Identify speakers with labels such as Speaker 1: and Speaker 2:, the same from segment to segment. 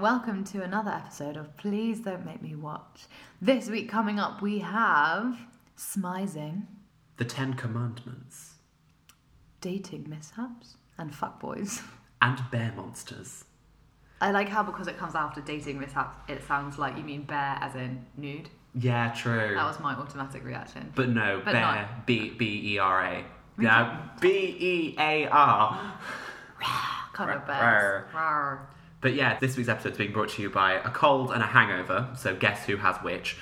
Speaker 1: welcome to another episode of Please Don't Make Me Watch. This week coming up, we have smizing,
Speaker 2: The Ten Commandments
Speaker 1: dating mishaps, and fuckboys.
Speaker 2: and bear monsters.
Speaker 1: I like how because it comes after dating mishaps, it sounds like you mean bear as in nude.
Speaker 2: Yeah, true.
Speaker 1: That was my automatic reaction.
Speaker 2: But no,
Speaker 1: But
Speaker 2: bear.
Speaker 1: not-
Speaker 2: B B E R A. Yeah, B E A R.
Speaker 1: Cover
Speaker 2: Rawr.
Speaker 1: bears. Rawr.
Speaker 2: But yeah, this week's episode is being brought to you by a cold and a hangover. So guess who has which?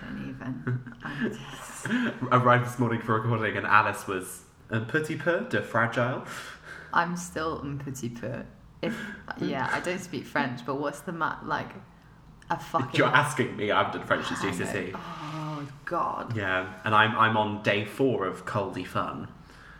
Speaker 1: Don't even. I'm just-
Speaker 2: Arrived this morning for recording, and Alice was un petit peu de fragile.
Speaker 1: I'm still un petit peu. If yeah, I don't speak French, but what's the mat like? A fucking.
Speaker 2: You're asking me. I've done French since GCSE.
Speaker 1: Oh god.
Speaker 2: Yeah, and I'm I'm on day four of coldy fun.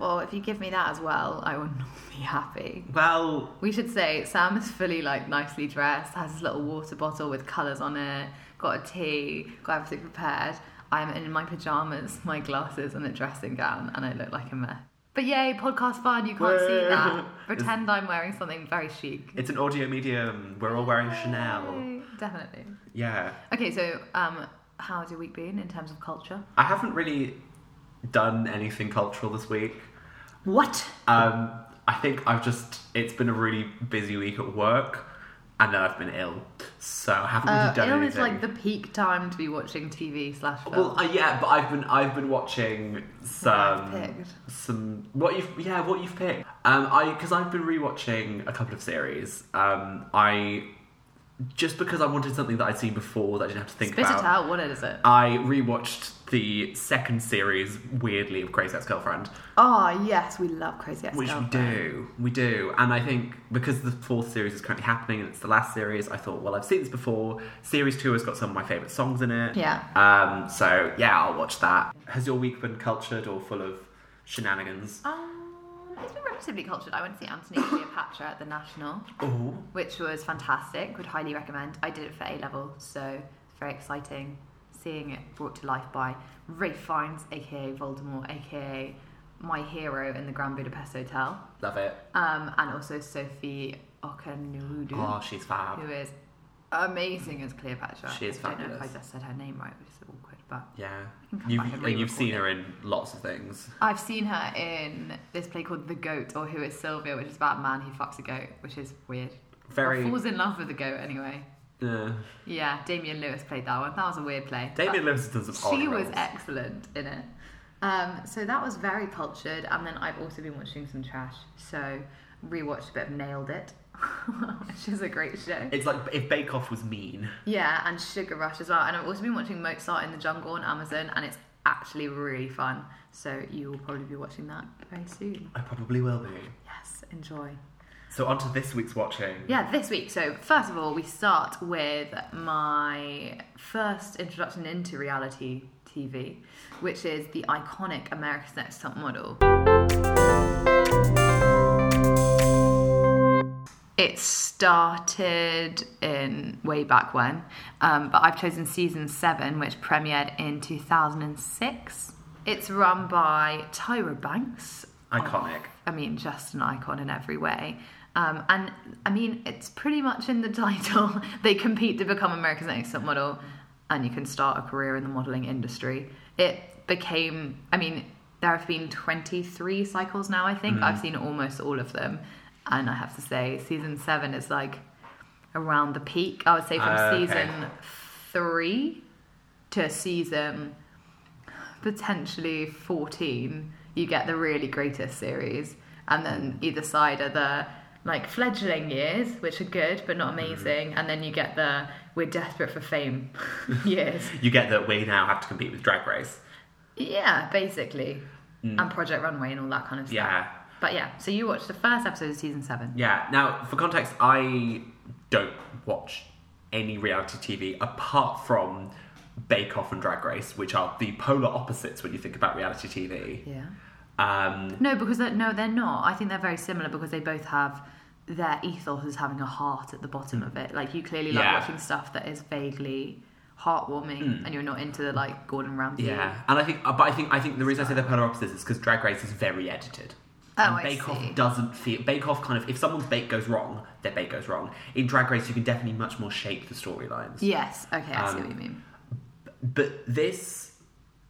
Speaker 1: Well, if you give me that as well, I will not be happy.
Speaker 2: Well,
Speaker 1: We should say Sam is fully like nicely dressed, has his little water bottle with colours on it, got a tea, got everything prepared. I'm in my pajamas, my glasses, and a dressing gown, and I look like a mess. But yay, podcast fun! You can't see that. Pretend I'm wearing something very chic.
Speaker 2: it's an audio medium. We're all wearing Chanel.
Speaker 1: Yay, Definitely.
Speaker 2: Yeah.
Speaker 1: Okay, so um, how has your week been in terms of culture?
Speaker 2: I haven't really done anything cultural this week.
Speaker 1: What?
Speaker 2: Um, I think I've just it's been a really busy week at work, and then I've been ill, so I haven't really
Speaker 1: Uh,
Speaker 2: done
Speaker 1: ill
Speaker 2: anything.
Speaker 1: is like the peak time to be watching TV slash film.
Speaker 2: well, uh, yeah, but I've been I've been watching
Speaker 1: I've
Speaker 2: some
Speaker 1: picked.
Speaker 2: some what you've yeah what you've picked. Um, I because I've been rewatching a couple of series. Um, I just because I wanted something that I'd seen before that I didn't have to think
Speaker 1: Spit it
Speaker 2: about.
Speaker 1: out. What is it?
Speaker 2: I rewatched the second series weirdly of Crazy Ex-Girlfriend.
Speaker 1: Oh yes, we love Crazy Ex
Speaker 2: Which we
Speaker 1: Girlfriend.
Speaker 2: do, we do, and I think because the fourth series is currently happening and it's the last series, I thought, well, I've seen this before. Series two has got some of my favourite songs in it.
Speaker 1: Yeah.
Speaker 2: Um. So yeah, I'll watch that. Has your week been cultured or full of shenanigans?
Speaker 1: Um, it's been relatively cultured. I went to see Anthony and Cleopatra at the National,
Speaker 2: Oh,
Speaker 1: which was fantastic. Would highly recommend. I did it for A level, so it's very exciting seeing it brought to life by Ray Fiennes, aka Voldemort, aka my hero in the Grand Budapest Hotel,
Speaker 2: love it.
Speaker 1: um, and also Sophie Okonudu,
Speaker 2: Oh, she's fab.
Speaker 1: who is amazing as Cleopatra.
Speaker 2: She is
Speaker 1: I don't know
Speaker 2: fabulous.
Speaker 1: if I just said her name right, which is awkward, but
Speaker 2: Yeah.
Speaker 1: can come
Speaker 2: You
Speaker 1: back and
Speaker 2: and you've
Speaker 1: re-record
Speaker 2: seen
Speaker 1: it.
Speaker 2: her in lots of things.
Speaker 1: I've seen her in this play called The Goat or Who is Sylvia, which is about a man who fucks a goat, which is weird.
Speaker 2: Very.
Speaker 1: Or falls in love with a goat anyway.
Speaker 2: Uh,
Speaker 1: Yeah, Damian Lewis played that one. That was a weird play.
Speaker 2: David Lewis does
Speaker 1: But
Speaker 2: some odd
Speaker 1: she was
Speaker 2: roles.
Speaker 1: excellent in it. Um, so that was very cultured, and then I've also been watching some trash. So rewatched a bit of Nailed It, which is a great show.
Speaker 2: It's like if Bake Off was mean.
Speaker 1: Yeah, and Sugar Rush as well. And I've also been watching Mozart in the Jungle on Amazon, and it's actually really fun. So you will probably be watching that very soon.
Speaker 2: I probably will be.
Speaker 1: Yes, enjoy.
Speaker 2: So on to this week's watching.
Speaker 1: Yeah, this week. So, first of all, we start with my first introduction into reality TV, which is the iconic America's Next Top Model. It started in way back when, um, but I've chosen season seven, which premiered in 2006. It's run by Tyra Banks.
Speaker 2: Iconic.
Speaker 1: I mean, just an icon in every way. Um, and I mean, it's pretty much in the title. they compete to become America's Next Top Model, and you can start a career in the modeling industry. It became, I mean, there have been 23 cycles now, I think. I've seen almost all of them. And I have to say, season seven is like around the peak. I would say from
Speaker 2: Ah, okay.
Speaker 1: season three to season potentially 14 you get the really greatest series and then either side are the like fledgling years which are good but not
Speaker 2: Mm-hmm.
Speaker 1: amazing and then you get the we're desperate for fame years
Speaker 2: You get that we now have to compete with Drag Race.
Speaker 1: yeah basically and project runway and all that kind of stuff
Speaker 2: Mm. Yeah.
Speaker 1: but yeah so you watched the first episode of season 7
Speaker 2: Yeah. Now, for context, I don't watch any reality TV apart from Bake Off and Drag Race, which are the polar opposites when you think about reality TV.
Speaker 1: yeah
Speaker 2: Um,
Speaker 1: no because they're, no they're not i think they're very similar because they both have their ethos is having a heart at the bottom of it like you clearly like
Speaker 2: Yeah. Hmm.
Speaker 1: watching stuff that is vaguely heartwarming and you're not into the like gordon ramsay
Speaker 2: yeah. And I think, uh, but I think, I think the reason I say they're polar opposites is because Drag Race is very edited.
Speaker 1: Oh,
Speaker 2: and
Speaker 1: I
Speaker 2: Bake
Speaker 1: see.
Speaker 2: Off doesn't feel Bake Off kind of if someone's bake goes wrong, their bake goes wrong. In Drag Race, you can definitely much more shape the storylines.
Speaker 1: Yes. Okay, I see
Speaker 2: Um,
Speaker 1: what you mean.
Speaker 2: But this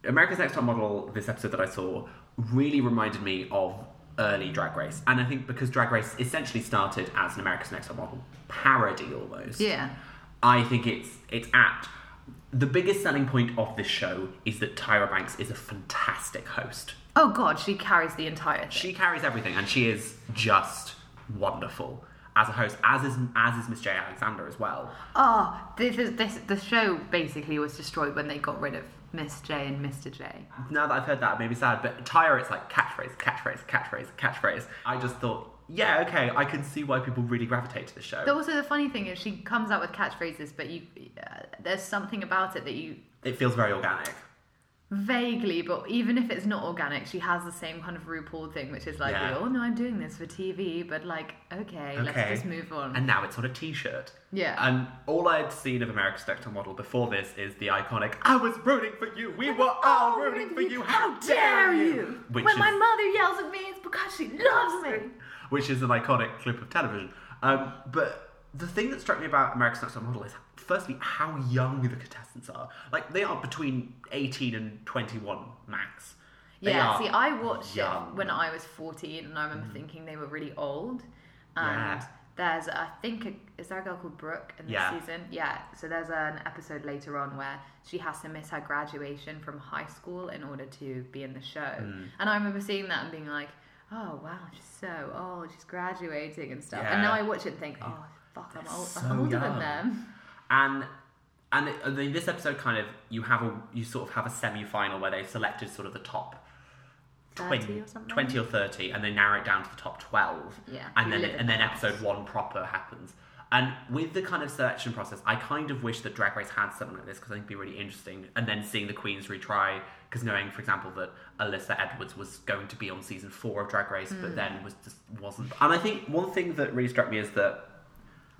Speaker 2: America's Next Top Model, this episode that I saw, really reminded me of early Drag Race, and I think because Drag Race essentially started as an America's Next Top Model parody almost.
Speaker 1: Yeah.
Speaker 2: I think it's it's apt. The biggest selling point of this show is that Tyra Banks is a fantastic host.
Speaker 1: Oh God, she carries the entire thing.
Speaker 2: She carries everything, and she is just wonderful as a host, as is as is Miss J Alexander as well.
Speaker 1: Oh, this is this. The show basically was destroyed when they got rid of Miss J and Mr J.
Speaker 2: Now that I've heard that, it made me sad. But Tyra, it's like catchphrase, catchphrase, catchphrase, catchphrase. I just thought, yeah, okay, I can see why people really gravitate to this show.
Speaker 1: Also, the funny thing is she comes out with catchphrases, but you, uh, there's something about it that you
Speaker 2: It feels very organic.
Speaker 1: vaguely, but even if it's not organic, she has the same kind of RuPaul thing, which is like,
Speaker 2: Yeah.
Speaker 1: oh no, I'm doing this for TV, but like, okay, let's
Speaker 2: Okay.
Speaker 1: just move on.
Speaker 2: And now it's on a T-shirt.
Speaker 1: Yeah.
Speaker 2: And all I had seen of America's Next Top Model before this is the iconic "I was rooting for you, we were all rooting for Oh, you, how dare you!" Which
Speaker 1: when
Speaker 2: is,
Speaker 1: my mother yells at me, it's because she loves me.
Speaker 2: which is an iconic clip of television. Um, but the thing that struck me about America's Next Top Model is, firstly, how young the contestants are. Like they are between eighteen and twenty-one max. They
Speaker 1: Yeah,
Speaker 2: are
Speaker 1: see, I watched
Speaker 2: young. Mm-hmm.
Speaker 1: it when I was 14, and I remember thinking they were really old. And
Speaker 2: Yeah.
Speaker 1: there's, I think, a, is there a girl called Brooke in this
Speaker 2: Yeah.
Speaker 1: season? Yeah. So there's an episode later on where she has to miss her graduation from high school in order to be in the show.
Speaker 2: Mm.
Speaker 1: And I remember seeing that and being like, oh, wow, she's so old. She's graduating and stuff. And now
Speaker 2: Yeah.
Speaker 1: I watch it and think, oh, fuck, I'm, old,
Speaker 2: so
Speaker 1: I'm older
Speaker 2: young.
Speaker 1: than them.
Speaker 2: and and it- I mean, this episode kind of you have a you sort of have a semi-final where they've selected sort of the top
Speaker 1: 30
Speaker 2: 20
Speaker 1: or something.
Speaker 2: 20 or 30 and they narrow it down to the top 12
Speaker 1: Yeah,
Speaker 2: and
Speaker 1: you
Speaker 2: then
Speaker 1: live in
Speaker 2: and then
Speaker 1: that.
Speaker 2: episode one proper happens and with the kind of selection process i kind of wish that drag race had something like this because i think it'd be really interesting and then seeing the queens retry because knowing for example that alyssa edwards was going to be on season four of drag race
Speaker 1: Hmm.
Speaker 2: but then was just wasn't and i think one thing that really struck me is that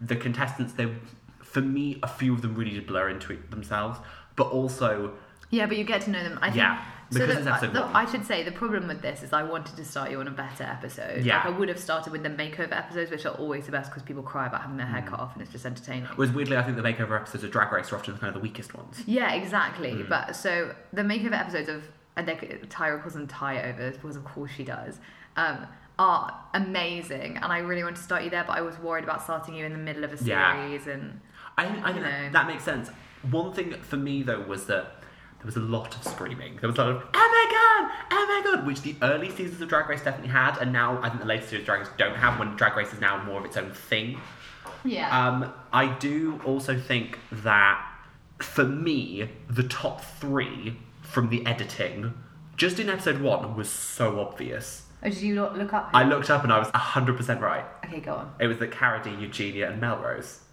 Speaker 2: the contestants they for me a few of them really did blur into it themselves but also
Speaker 1: Yeah, but you get to know them. I think,
Speaker 2: Yeah, because
Speaker 1: so
Speaker 2: it's
Speaker 1: the,
Speaker 2: episode
Speaker 1: the-
Speaker 2: one.
Speaker 1: I should say the problem with this is I wanted to start you on a better episode.
Speaker 2: Yeah.
Speaker 1: like I would have started with the makeover episodes, which are always the best because people cry about having their
Speaker 2: Mm.
Speaker 1: hair cut off and it's just entertaining.
Speaker 2: whereas weirdly i think the makeover episodes of drag race are often kind of the weakest ones
Speaker 1: Yeah, exactly.
Speaker 2: Mm.
Speaker 1: But so the makeover episodes of and they, Tyra calls them tie overs because of course she does. Um, are amazing, and I really wanted to start you there, but I was worried about starting you in the middle of a
Speaker 2: Yeah.
Speaker 1: series. And
Speaker 2: I think, I think
Speaker 1: No.
Speaker 2: that, that makes sense. One thing for me though was that there was a lot of screaming. There was a lot of "Oh my god, oh my god," which the early seasons of Drag Race definitely had, and now I think the later seasons of Drag Race don't have. When Drag Race is now more of its own thing.
Speaker 1: yeah,
Speaker 2: Um, I do also think that for me, the top three from the editing, just in episode one, was so obvious.
Speaker 1: Oh, did you not look up?
Speaker 2: I looked up and I was hundred percent right.
Speaker 1: okay, go on.
Speaker 2: It was that Cara Deen, Eugenia, and Melrose.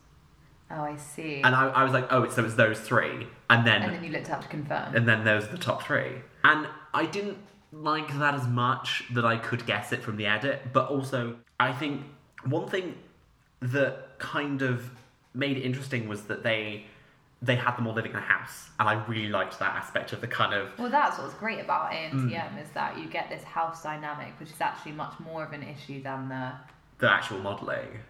Speaker 1: Oh, I see.
Speaker 2: And I, I was like, oh, it's, so it's those three. And then,
Speaker 1: and then you looked up to confirm.
Speaker 2: and then there's the top three. And I didn't like that as much that I could guess it from the edit, but also I think one thing that kind of made it interesting was that they they had them all living in a house, and I really liked that aspect of the kind of
Speaker 1: Well, that's what's great about ANTM
Speaker 2: Mm.
Speaker 1: is that you get this house dynamic, which is actually much more of an issue than the.
Speaker 2: the actual modelling.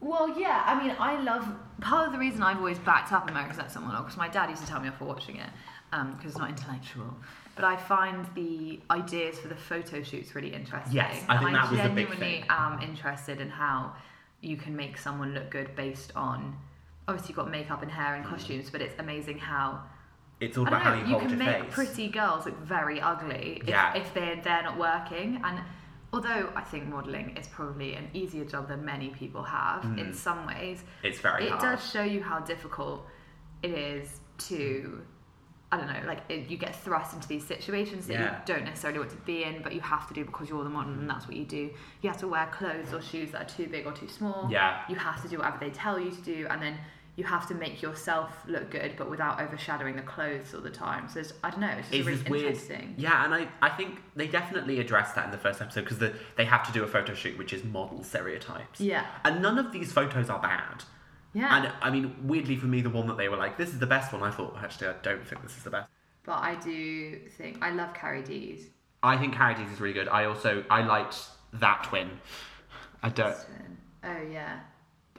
Speaker 1: Well, yeah, I mean, I love. Part of the reason I've always backed up America's Next Top Model because my dad used to tell me off for watching it because it's not intellectual. But I find the ideas for the photo shoots really interesting.
Speaker 2: Yes, I think
Speaker 1: and
Speaker 2: that was the
Speaker 1: I
Speaker 2: big
Speaker 1: genuinely
Speaker 2: thing.
Speaker 1: am interested in how you can make someone look good based on. Obviously, you've got makeup and hair and costumes, but it's amazing how
Speaker 2: It's all
Speaker 1: I
Speaker 2: about
Speaker 1: don't
Speaker 2: how
Speaker 1: know,
Speaker 2: you,
Speaker 1: you
Speaker 2: hold
Speaker 1: can
Speaker 2: your
Speaker 1: make
Speaker 2: face.
Speaker 1: pretty girls look very ugly if,
Speaker 2: Yeah.
Speaker 1: if they're, they're not working. And although I think modelling is probably an easier job than many people have in some ways,
Speaker 2: It's Mm. very
Speaker 1: it
Speaker 2: hard.
Speaker 1: does show you how difficult it is to, I don't know, like it, you get thrust into these situations that
Speaker 2: Yeah.
Speaker 1: you don't necessarily want to be in, but you have to do because you're the model and that's what you do. You have to wear clothes or shoes that are too big or too small
Speaker 2: Yeah.
Speaker 1: you have to do whatever they tell you to do and then you have to make yourself look good but without overshadowing the clothes all the time so it's, i don't know it's just
Speaker 2: It's
Speaker 1: really
Speaker 2: this weird,
Speaker 1: interesting
Speaker 2: yeah, and I, I think they definitely addressed that in the first episode because the, they have to do a photo shoot which is model stereotypes.
Speaker 1: Yeah.
Speaker 2: and none of these photos are bad.
Speaker 1: yeah
Speaker 2: And I mean, weirdly for me, the one that they were like, "This is the best one," I thought actually, I don't think this is the best.
Speaker 1: but i do think i love carrie d's
Speaker 2: I think Carrie Dees is really good. I also I liked that twin. I don't.
Speaker 1: Oh yeah,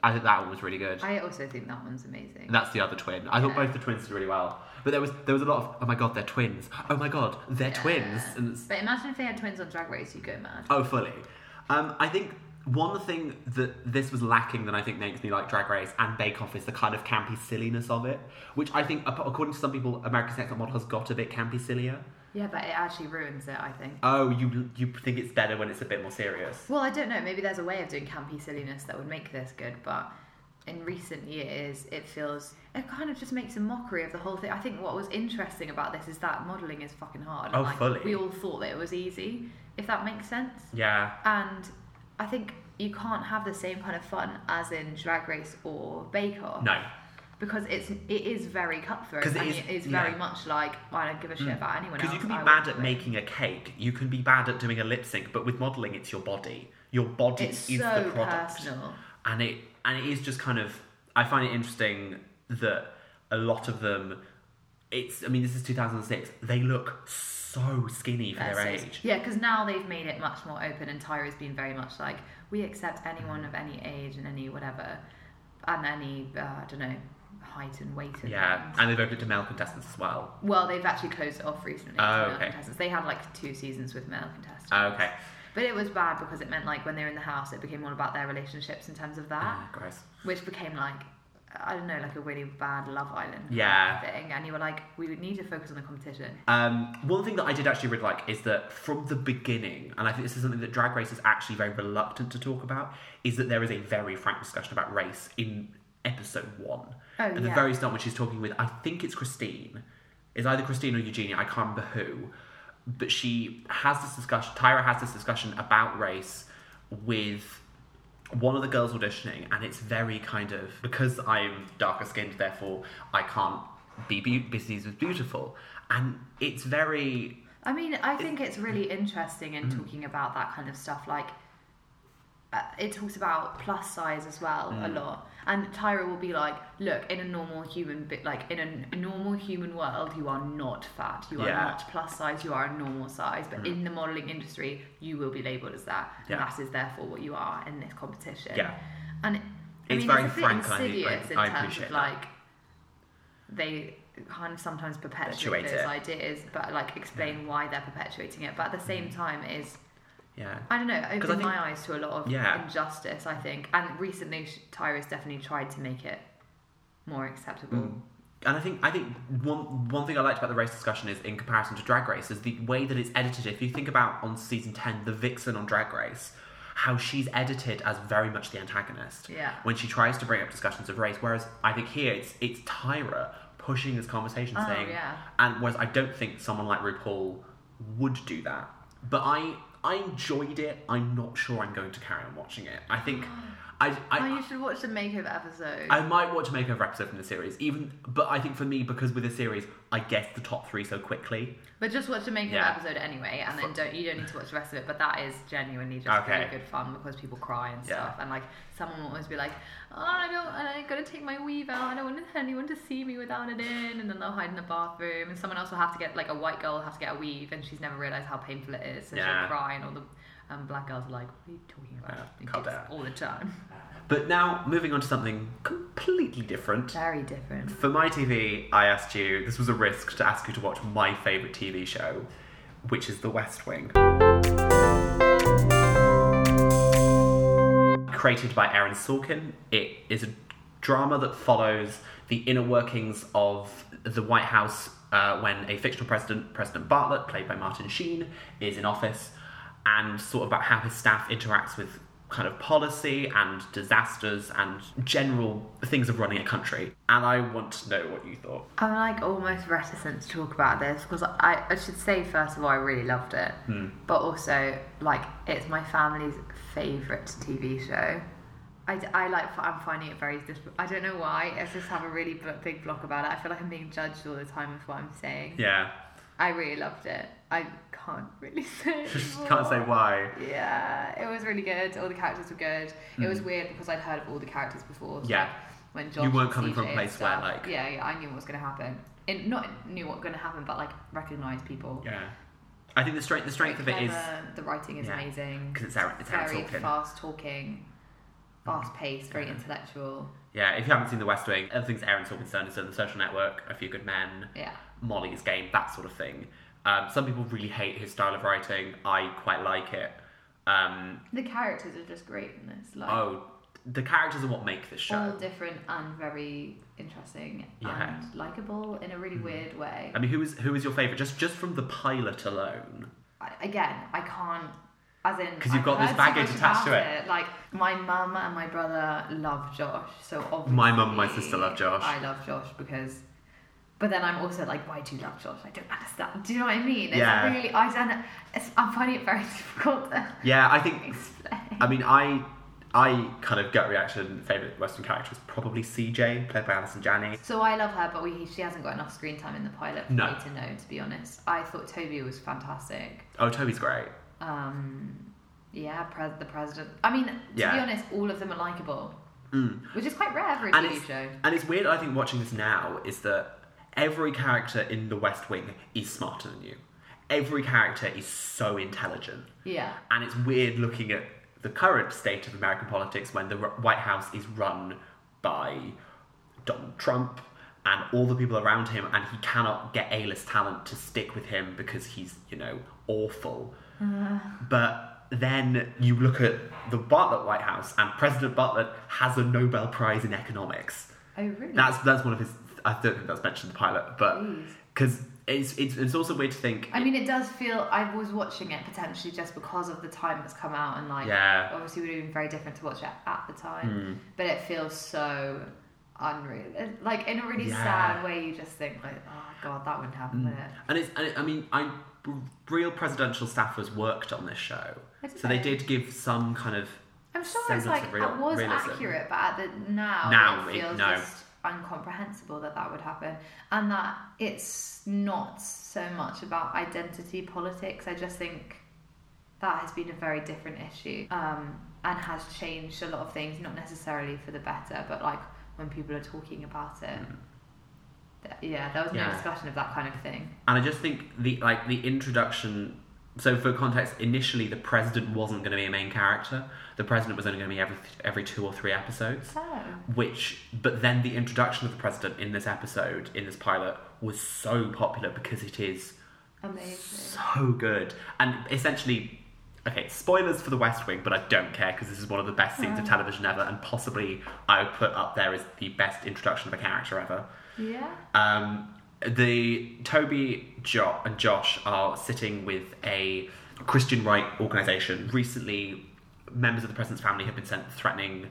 Speaker 2: I think that one was really good.
Speaker 1: I also think that one's amazing.
Speaker 2: That's the other twin. I thought both the twins did really well, but there was there was a lot of oh my god, they're twins. Oh my god, they're twins.
Speaker 1: Yeah.
Speaker 2: And it's,
Speaker 1: But imagine if they had twins on Drag Race, you'd go mad.
Speaker 2: oh, fully. Um, I think one thing that this was lacking that I think makes me like Drag Race and Bake Off is the kind of campy silliness of it, which I think ap- according to some people, America's Next Top Model has got a bit campy sillier.
Speaker 1: Yeah, but it actually ruins it. I think.
Speaker 2: Oh, you you think it's better when it's a bit more serious.
Speaker 1: Well, I don't know. Maybe there's a way of doing campy silliness that would make this good, but in recent years, it feels it kind of just makes a mockery of the whole thing. I think what was interesting about this is that modeling is fucking hard. and,
Speaker 2: Oh,
Speaker 1: like,
Speaker 2: fully.
Speaker 1: We all thought that it was easy, if that makes sense.
Speaker 2: Yeah.
Speaker 1: And I think you can't have the same kind of fun as in Drag Race or Bake Off.
Speaker 2: No.
Speaker 1: Because it's it is very cutthroat
Speaker 2: 'Cause it
Speaker 1: and
Speaker 2: is-
Speaker 1: it is
Speaker 2: yeah.
Speaker 1: very much like I don't give a shit about anyone else.
Speaker 2: Because you can be
Speaker 1: I
Speaker 2: bad
Speaker 1: will
Speaker 2: at
Speaker 1: do it.
Speaker 2: making a cake, you can be bad at doing a lip sync, but with modelling, it's your body. Your body
Speaker 1: It's
Speaker 2: is
Speaker 1: so
Speaker 2: the product,
Speaker 1: personal.
Speaker 2: and it and it is just kind of. I find it interesting that a lot of them. It's. I mean, this is 2006. They look so skinny for their
Speaker 1: versus-
Speaker 2: age.
Speaker 1: Yeah, because now they've made it much more open, and Tyra's been very much like, we accept
Speaker 2: Mm.
Speaker 1: anyone of any age and any whatever, and any, uh, I don't know, height and weight. And
Speaker 2: Yeah,
Speaker 1: things.
Speaker 2: and they've opened it to male contestants as well.
Speaker 1: Well, they've actually closed it off recently. to
Speaker 2: Oh,
Speaker 1: male
Speaker 2: okay. Uh,
Speaker 1: contestants. They had like two seasons with male contestants.
Speaker 2: Okay.
Speaker 1: But it was bad because it meant like when they were in the house, it became all about their relationships in terms of that,
Speaker 2: Ah, gross.
Speaker 1: which became like, I don't know, like a really bad Love Island
Speaker 2: Yeah.
Speaker 1: thing. And you were like, we need to focus on the competition.
Speaker 2: Um, one thing that I did actually really like is that from the beginning, and I think this is something that Drag Race is actually very reluctant to talk about, is that there is a very frank discussion about race in episode one.
Speaker 1: Oh,
Speaker 2: At the
Speaker 1: yeah.
Speaker 2: very start, when she's talking with, I think it's Christine, is either Christine or Eugenia, I can't remember who, but she has this discussion, Tyra has this discussion about race with one of the girls auditioning, and it's very kind of because I'm darker skinned, therefore I can't be, be- busy as beautiful, and it's very
Speaker 1: I mean, I think it's really interesting
Speaker 2: Mm.
Speaker 1: in talking about that kind of stuff. Like, uh, it talks about plus size as well a
Speaker 2: Mm.
Speaker 1: lot, and Tyra will be like, "Look, in a normal human, bit like in a n- normal human world, you are not fat. You are
Speaker 2: Yeah. Mm.
Speaker 1: not plus size. You are a normal size. But in the modeling industry, you will be labeled as that, and
Speaker 2: Yeah.
Speaker 1: that is therefore what you are in this competition."
Speaker 2: Yeah.
Speaker 1: and it, I
Speaker 2: It's
Speaker 1: mean,
Speaker 2: very
Speaker 1: it's a bit
Speaker 2: frank, I think,
Speaker 1: insidious
Speaker 2: like,
Speaker 1: in
Speaker 2: I
Speaker 1: terms
Speaker 2: appreciate
Speaker 1: of
Speaker 2: that.
Speaker 1: like they kind of sometimes perpetuate
Speaker 2: Perpetuate
Speaker 1: those
Speaker 2: it.
Speaker 1: ideas, but like explain why they're perpetuating it. But at the same time, is
Speaker 2: yeah.
Speaker 1: I don't know, it
Speaker 2: Mm. 'Cause I
Speaker 1: opened
Speaker 2: think-
Speaker 1: my eyes to a lot of
Speaker 2: Yeah.
Speaker 1: injustice. I think, and recently sh- Tyra's definitely tried to make it more acceptable.
Speaker 2: Mm. And I think I think one one thing I liked about the race discussion is in comparison to Drag Race is the way that it's edited. If you think about on season ten, the vixen on Drag Race, how she's edited as very much the antagonist.
Speaker 1: Yeah.
Speaker 2: When she tries to bring up discussions of race, whereas I think here it's it's Tyra pushing this conversation,
Speaker 1: Oh,
Speaker 2: saying,
Speaker 1: yeah.
Speaker 2: and whereas I don't think someone like RuPaul would do that. But I I enjoyed it. I'm not sure I'm going to carry on watching it. I think I I,
Speaker 1: oh, you should watch the makeover episode.
Speaker 2: I might watch a makeover episode from the series, even. But I think for me, because with a series, I guess the top three so quickly.
Speaker 1: but just watch the makeover
Speaker 2: Yeah.
Speaker 1: episode anyway, and then don't you don't need to watch the rest of it. But that is genuinely just really
Speaker 2: Okay.
Speaker 1: good fun because people cry and
Speaker 2: Yeah.
Speaker 1: stuff, and like someone will always be like, "Oh, I don't, I gotta take my weave out. I don't want anyone to see me without it in," and then they'll hide in the bathroom, and someone else will have to get like a white girl will have to get a weave, and she's never realized how painful it is, so
Speaker 2: Yeah.
Speaker 1: she'll cry, and all the um, black girls are like, "What are you talking
Speaker 2: Yeah,
Speaker 1: about?" And
Speaker 2: calm
Speaker 1: kids
Speaker 2: down.
Speaker 1: all the time.
Speaker 2: But now moving on to something completely different.
Speaker 1: Very different.
Speaker 2: For my TV, I asked you. This was a risk to ask you to watch my favorite TV show, which is The West Wing. Created by Aaron Sorkin, it is a drama that follows the inner workings of the White House uh, when a fictional president, President Bartlett, played by Martin Sheen, is in office, and sort of about how his staff interacts with kind of policy and disasters and general things of running a country. And I want to know what you thought.
Speaker 1: I'm like almost reticent to talk about this because I, I should say first of all I really loved it,
Speaker 2: Hmm.
Speaker 1: but also like it's my family's favorite TV show. I, d- I like I'm finding it very dis- I don't know why I just have a really bl- big block about it. I feel like I'm being judged all the time with what I'm saying.
Speaker 2: Yeah,
Speaker 1: I really loved it. I can't really say.
Speaker 2: can't
Speaker 1: more.
Speaker 2: say why.
Speaker 1: Yeah, it was really good. All the characters were good. It was weird because I'd heard of all the characters before. so,
Speaker 2: Hmm. Yeah.
Speaker 1: like, when Josh
Speaker 2: You weren't
Speaker 1: and
Speaker 2: coming
Speaker 1: CJ
Speaker 2: from a
Speaker 1: and
Speaker 2: place where,
Speaker 1: stuff-
Speaker 2: like-
Speaker 1: Yeah, yeah, I knew what was going to happen. And not knew what was going to happen, but like recognise people.
Speaker 2: Yeah. I think the strength the strength of it is
Speaker 1: clever, the writing is
Speaker 2: yeah,
Speaker 1: amazing.
Speaker 2: 'cause it's Aaron- it's Aaron
Speaker 1: very
Speaker 2: Sorkin.
Speaker 1: fast talking, fast paced, very
Speaker 2: Yeah.
Speaker 1: intellectual.
Speaker 2: yeah. If you haven't seen The West Wing, other things Aaron Sorkin's done is done The Social Network, A Few Good Men,
Speaker 1: Yeah,
Speaker 2: Molly's Game, that sort of thing. Um, some people really hate his style of writing. I quite like it. Um,
Speaker 1: the characters are just great in this. Like Oh,
Speaker 2: oh, the characters are what make this
Speaker 1: all
Speaker 2: show.
Speaker 1: different and very interesting
Speaker 2: Yeah. Mm-hmm.
Speaker 1: and likable in a really weird way.
Speaker 2: I mean, who is who is your favorite? Just just from the pilot alone.
Speaker 1: I- again, I can't. As in,
Speaker 2: 'Cause you've
Speaker 1: I've
Speaker 2: got this
Speaker 1: heard so
Speaker 2: baggage
Speaker 1: much
Speaker 2: attached to
Speaker 1: about
Speaker 2: it.
Speaker 1: Like my mum and my brother love Josh, so obviously
Speaker 2: My mum and my sister love Josh.
Speaker 1: I love Josh because, but then I'm also like, why do you love Josh? I don't understand. Do you know what I mean? It's
Speaker 2: Yeah.
Speaker 1: really, I don't. It's, I'm finding it very difficult to
Speaker 2: Yeah, I think
Speaker 1: explain.
Speaker 2: I mean, I, I kind of gut reaction favorite Western character is probably CJ, played by Alison Janney.
Speaker 1: So I love her, but we, she hasn't got enough screen time in the pilot for
Speaker 2: No.
Speaker 1: me to know. To be honest, I thought Toby was fantastic.
Speaker 2: Oh, Toby's great.
Speaker 1: Um, yeah, pres- the president. I mean, to be
Speaker 2: Yeah.
Speaker 1: honest, all of them are likable.
Speaker 2: Mm.
Speaker 1: Which is quite rare for a
Speaker 2: And
Speaker 1: TV
Speaker 2: it's-
Speaker 1: show.
Speaker 2: And it's weird. I think watching this now is that every character in The West Wing is smarter than you. Every character is so intelligent,
Speaker 1: Yeah.
Speaker 2: and it's weird looking at the current state of American politics when the R- White House is run by Donald Trump and all the people around him, and he cannot get A-list talent to stick with him because he's you know awful. But then you look at the Bartlett White House, and President Bartlett has a Nobel Prize in economics.
Speaker 1: Oh, really?
Speaker 2: That's that's one of his. I don't think that's mentioned in the pilot, but
Speaker 1: Jeez.
Speaker 2: because it's, it's it's also weird to think.
Speaker 1: Mm. I mean, it does feel. I was watching it potentially just because of the time it's come out, and like,
Speaker 2: Yeah. Hmm.
Speaker 1: obviously, it would have been very different to watch it at the time. But it feels so unreal. it- Like, in a really
Speaker 2: Yeah.
Speaker 1: sad way, you just think, like, oh, God, that wouldn't happen, would it?
Speaker 2: And it's, and it- I mean, I real presidential staffers worked on this show,
Speaker 1: I did
Speaker 2: so they
Speaker 1: know.
Speaker 2: did give some kind of.
Speaker 1: I'm sure it's
Speaker 2: Semblance
Speaker 1: like,
Speaker 2: of real-
Speaker 1: it was
Speaker 2: realism.
Speaker 1: accurate, but at the now,
Speaker 2: Now
Speaker 1: it
Speaker 2: it-
Speaker 1: feels
Speaker 2: no.
Speaker 1: just incomprehensible that that would happen. And that it's not so much about identity politics. I just think that has been a very different issue um, and has changed a lot of things, not necessarily for the better, but like when people are talking about it. th- Yeah, there was no
Speaker 2: Mm. Yeah.
Speaker 1: discussion of that kind of thing.
Speaker 2: And I just think the like the introduction. So for context, initially the president wasn't going to be a main character. The president was only going to be every every two or three episodes.
Speaker 1: So,
Speaker 2: which but then the introduction of the president in this episode in this pilot was so popular because it is
Speaker 1: amazing.
Speaker 2: so good and essentially okay spoilers for the west wing but i don't care because this is one of the best scenes of television ever and possibly i would put up there as the best introduction of a character ever
Speaker 1: Yeah.
Speaker 2: um, the Toby, jo- and Josh are sitting with a Christian right organization. Recently, members of the president's family have been sent threatening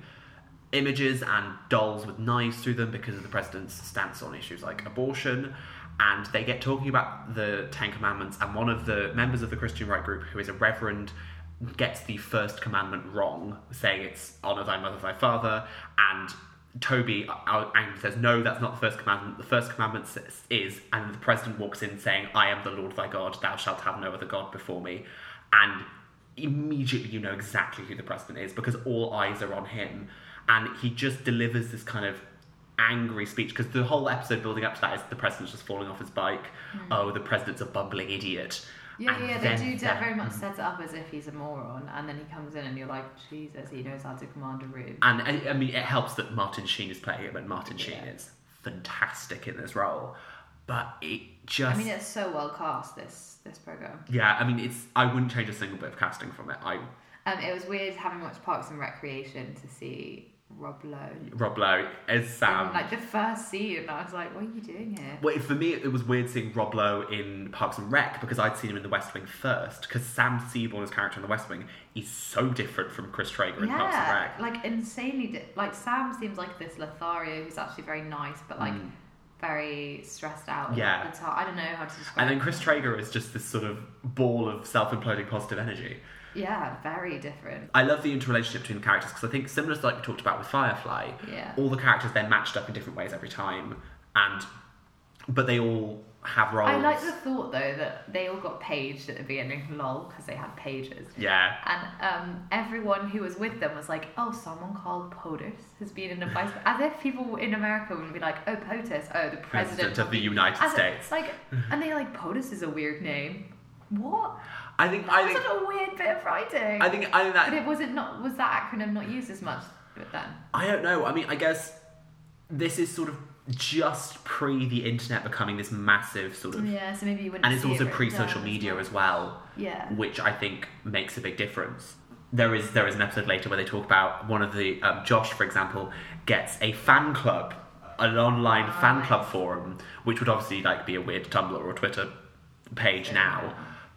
Speaker 2: images and dolls with knives through them because of the president's stance on issues like abortion. And they get talking about the Ten Commandments, and one of the members of the Christian right group, who is a reverend, gets the first commandment wrong, saying it's honor thy mother, thy father, and Toby uh, angry says, No, that's not the first commandment. The first commandment s- is, and the president walks in saying, I am the Lord thy God, thou shalt have no other God before me. And immediately you know exactly who the president is because all eyes are on him. And he just delivers this kind of angry speech because the whole episode building up to that is the president's just falling off his bike. Oh, the president's a bumbling idiot.
Speaker 1: Hmm. Yeah,
Speaker 2: And
Speaker 1: yeah,
Speaker 2: then
Speaker 1: they do
Speaker 2: that- mm.
Speaker 1: that very much set it up as if he's a moron, and then he comes in and you're like, Jesus, he knows how to command a room.
Speaker 2: And I, I mean, it helps that Martin Sheen is playing it, but Martin Sheen
Speaker 1: Yeah.
Speaker 2: is fantastic in this role. But it just,
Speaker 1: I mean, it's so well cast this this program.
Speaker 2: yeah, I mean, it's. I wouldn't change a single bit of casting from it. I
Speaker 1: Um, it was weird having watched Parks and Recreation to see Rob Lowe.
Speaker 2: Rob Lowe as Sam.
Speaker 1: like the first scene, and I was like, "What are you doing here?"
Speaker 2: well, for me, it was weird seeing Rob Lowe in Parks and Rec because I'd seen him in The West Wing first. Because Sam Seaborn's character in The West Wing is so different from Chris Traeger in Parks and
Speaker 1: yeah,
Speaker 2: Rec.
Speaker 1: like insanely. Di- like Sam seems like this Lothario who's actually very nice, but like
Speaker 2: Mm.
Speaker 1: very stressed out.
Speaker 2: Yeah.
Speaker 1: all the time. I don't know how to describe.
Speaker 2: And then Chris Traeger is just this sort of ball of self-imploding positive energy.
Speaker 1: yeah, very different.
Speaker 2: I love the interrelationship between the characters because I think similar to like we talked about with Firefly,
Speaker 1: Yeah.
Speaker 2: all the characters they're matched up in different ways every time, and but they all have roles.
Speaker 1: I like the thought though that they all got paged at the beginning, lol, because they had pages.
Speaker 2: yeah.
Speaker 1: And um, everyone who was with them was like, oh, someone called POTUS has been in a vice. As if people in America would be like, oh, POTUS, oh, the president,
Speaker 2: President of the United
Speaker 1: As if-
Speaker 2: States.
Speaker 1: Like, and they like, POTUS is a weird name. What?
Speaker 2: I think
Speaker 1: That
Speaker 2: I
Speaker 1: was
Speaker 2: think
Speaker 1: such a weird bit of writing.
Speaker 2: I think I think
Speaker 1: But
Speaker 2: that
Speaker 1: it was it not was that acronym not used as much but then?
Speaker 2: I don't know. I mean, I guess this is sort of just pre the internet becoming this massive sort of,
Speaker 1: Yeah, so maybe you wouldn't
Speaker 2: and it's
Speaker 1: see it
Speaker 2: also
Speaker 1: written
Speaker 2: pre social
Speaker 1: down as
Speaker 2: media
Speaker 1: much.
Speaker 2: as well.
Speaker 1: Yeah.
Speaker 2: which I think makes a big difference. There is there is an episode later where they talk about one of the um, Josh, for example, gets a fan club, an online fan club forum, which would obviously like be a weird Tumblr or Twitter page now,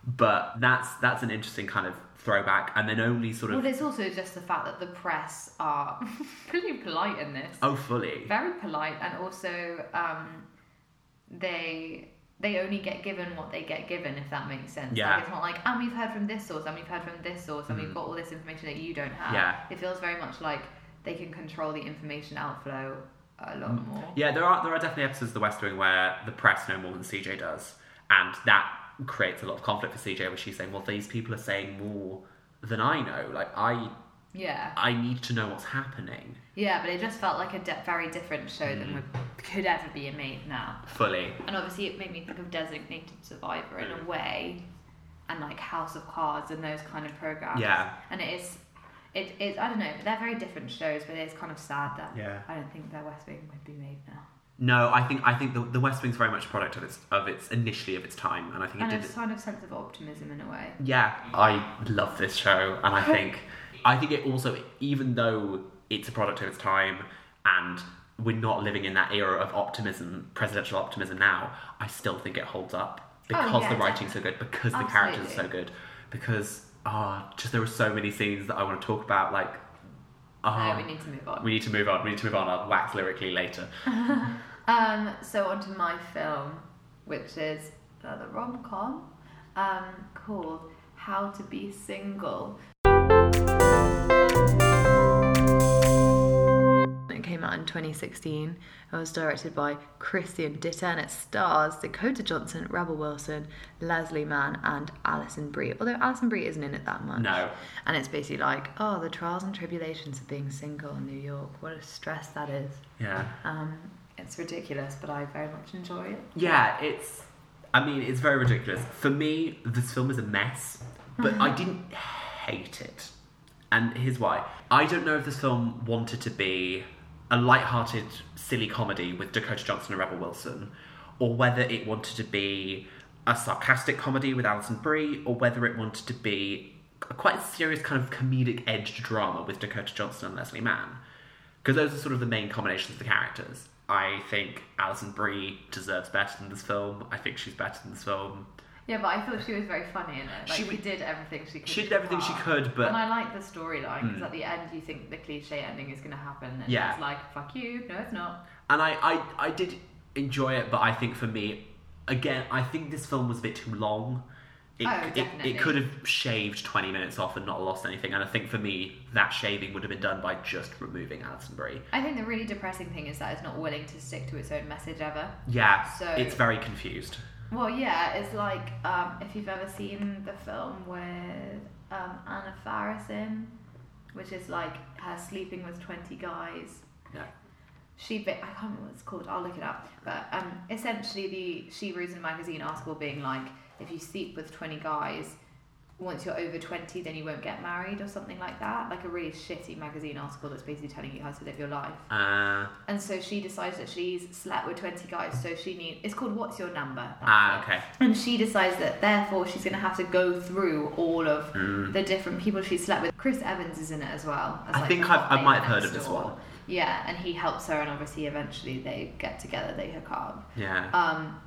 Speaker 2: but that's that's an interesting kind of throwback, and then only sort
Speaker 1: Well,
Speaker 2: of
Speaker 1: there's also just the fact that the press are pretty polite in this.
Speaker 2: oh fully
Speaker 1: Very polite, and also um, they they only get given what they get given, if that makes sense. Like,
Speaker 2: Yeah. Mm.
Speaker 1: it's not like, and we've heard from this source, and we've heard from this source, and we've got all this information that you don't have.
Speaker 2: Yeah.
Speaker 1: It feels very much like they can control the information outflow a lot more.
Speaker 2: yeah. There are there are definitely episodes of The West Wing where the press know more than CJ does, and that creates a lot of conflict for CJ, where she's saying, well, these people are saying more than I know, like I
Speaker 1: Yeah.
Speaker 2: I need to know what's happening
Speaker 1: Yeah, but it just felt like a de- very different show
Speaker 2: Mm.
Speaker 1: than would, could ever be made now.
Speaker 2: fully.
Speaker 1: And obviously, it made me think of Designated Survivor in a
Speaker 2: Mm.
Speaker 1: way, and like House of Cards and those kind of programs.
Speaker 2: Yeah.
Speaker 1: And it is, it is. I don't know, but they're very different shows. But it's kind of sad that
Speaker 2: Yeah.
Speaker 1: I don't think their West Wing would be made now.
Speaker 2: No, I think I think the, the West Wing's very much a product of its of its initially of its time, and I think it
Speaker 1: and
Speaker 2: did.
Speaker 1: a kind of sense of optimism in a way.
Speaker 2: Yeah, I love this show, and I think I think it also, even though it's a product of its time, and we're not living in that era of optimism, presidential optimism now, I still think it holds up because
Speaker 1: Oh, yeah,
Speaker 2: the writing's so good, because the characters are so good, because ah, just there were so many scenes that I want to talk about, like ah,
Speaker 1: no, we need to move on.
Speaker 2: we need to move on. We need to move on. I'll wax lyrically later.
Speaker 1: Um, so on to my film, which is another rom com um, called How to Be Single.
Speaker 3: It came out in 2016. It was directed by Christian Ditter and it stars Dakota Johnson, Rebel Wilson, Leslie Mann, and Alison Brie. Although Alison Brie isn't in it that much.
Speaker 2: No.
Speaker 3: And it's basically like, oh, the trials and tribulations of being single in New York. What a stress that is.
Speaker 2: Yeah.
Speaker 3: Um,
Speaker 1: It's ridiculous, but I very much enjoy it.
Speaker 2: Yeah, it's. I mean, it's very ridiculous. For me, this film is a mess, but I didn't hate it. And here's why. I don't know if this film wanted to be a light-hearted, silly comedy with Dakota Johnson and Rebel Wilson, or whether it wanted to be a sarcastic comedy with Alison Brie, or whether it wanted to be a quite serious kind of comedic edged drama with Dakota Johnson and Leslie Mann because those are sort of the main combinations of the characters. I think Alison Brie deserves better than this film. I think she's better than this film.
Speaker 1: Yeah, but I thought she was very funny in it. Like,
Speaker 2: She
Speaker 1: she,
Speaker 2: w-
Speaker 1: did everything she could. Hmm.
Speaker 2: She did
Speaker 1: to
Speaker 2: everything she
Speaker 1: pass.
Speaker 2: could, but
Speaker 1: And I like the storyline because at the end you think the cliche ending is going to happen, and
Speaker 2: Yeah.
Speaker 1: it's like fuck you, no, it's not.
Speaker 2: and I, I I did enjoy it, but I think for me, again, I think this film was a bit too long. It,
Speaker 1: Oh,
Speaker 2: it,
Speaker 1: definitely.
Speaker 2: it could have shaved 20 minutes off and not lost anything. And I think for me, that shaving would have been done by just removing Alison Brie.
Speaker 1: I think the really depressing thing is that it's not willing to stick to its own message ever.
Speaker 2: Yeah,
Speaker 1: So-
Speaker 2: it's very confused.
Speaker 1: Well, yeah, it's like um, if you've ever seen the film with um, Anna Faris in, which is like her sleeping with twenty guys.
Speaker 2: No.
Speaker 1: She, ba- I can't remember what it's called. I'll look it up. But um, essentially, the She Reason magazine article being like, if you sleep with twenty guys, once you're over twenty, then you won't get married or something like that. Like a really shitty magazine article that's basically telling you how to live your life.
Speaker 2: Uh,
Speaker 1: And so she decides that she's slept with twenty guys, so she needs. It's called What's Your Number? That's it.
Speaker 2: ah, okay.
Speaker 1: And she decides that therefore she's going to have to go through all of the different people she slept with. Chris Evans is in it as well. as,
Speaker 2: Mm. I
Speaker 1: like,
Speaker 2: think
Speaker 1: the
Speaker 2: I've- I
Speaker 1: mate
Speaker 2: might have heard
Speaker 1: next
Speaker 2: of this
Speaker 1: door.
Speaker 2: one.
Speaker 1: Yeah, and he helps her, and obviously eventually they get together, they hook up.
Speaker 2: Yeah.
Speaker 1: Um,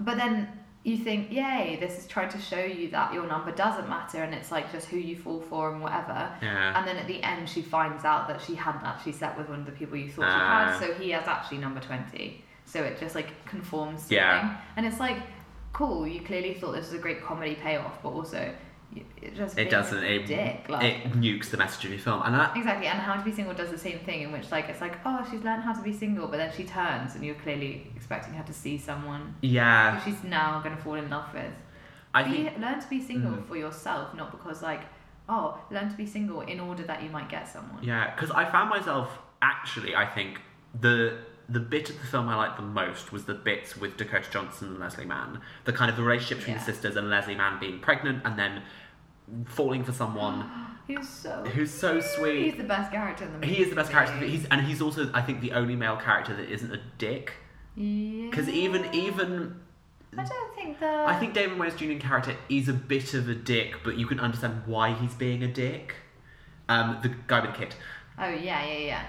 Speaker 1: but then you think, yay, this is trying to show you that your number doesn't matter, and it's like just who you fall for and whatever.
Speaker 2: yeah.
Speaker 1: And then at the end, she finds out that she hadn't actually slept with one of the people you thought
Speaker 2: Ah.
Speaker 1: she had, so he has actually number 20. So it just like conforms to
Speaker 2: Yeah.
Speaker 1: the thing. And it's like, cool, you clearly thought this was a great comedy payoff, but also y- it just
Speaker 2: It
Speaker 1: being
Speaker 2: doesn't.
Speaker 1: a
Speaker 2: It,
Speaker 1: dick. Like,
Speaker 2: it nukes the message of your film. And I,
Speaker 1: Exactly, and How to Be Single does the same thing in which like it's like, oh, she's learned how to be single, but then she turns and you're clearly expecting her to see someone who
Speaker 2: yeah,
Speaker 1: she's now going to fall in love with.
Speaker 2: Ah. I
Speaker 1: be,
Speaker 2: think Mm.
Speaker 1: learn to be single for yourself, not because like, oh, learn to be single in order that you might get someone.
Speaker 2: Yeah, because I found myself actually, I think the the bit of the film I liked the most was the bits with Dakota Johnson and Leslie Mann. The kind of the relationship between
Speaker 1: Yeah.
Speaker 2: the sisters and Leslie Mann being pregnant and then falling for someone
Speaker 1: Who's so
Speaker 2: who's so sweet.
Speaker 1: He's the best character in the movie.
Speaker 2: He is the best character, but
Speaker 1: movie.
Speaker 2: he's and he's also I think the only male character that isn't a dick.
Speaker 1: Yeah.
Speaker 2: Because even even
Speaker 1: I don't think the.
Speaker 2: I think Damon Wayans Jr. character is a bit of a dick, but you can understand why he's being a dick. Um, the guy with the kid.
Speaker 1: Oh yeah, yeah, yeah.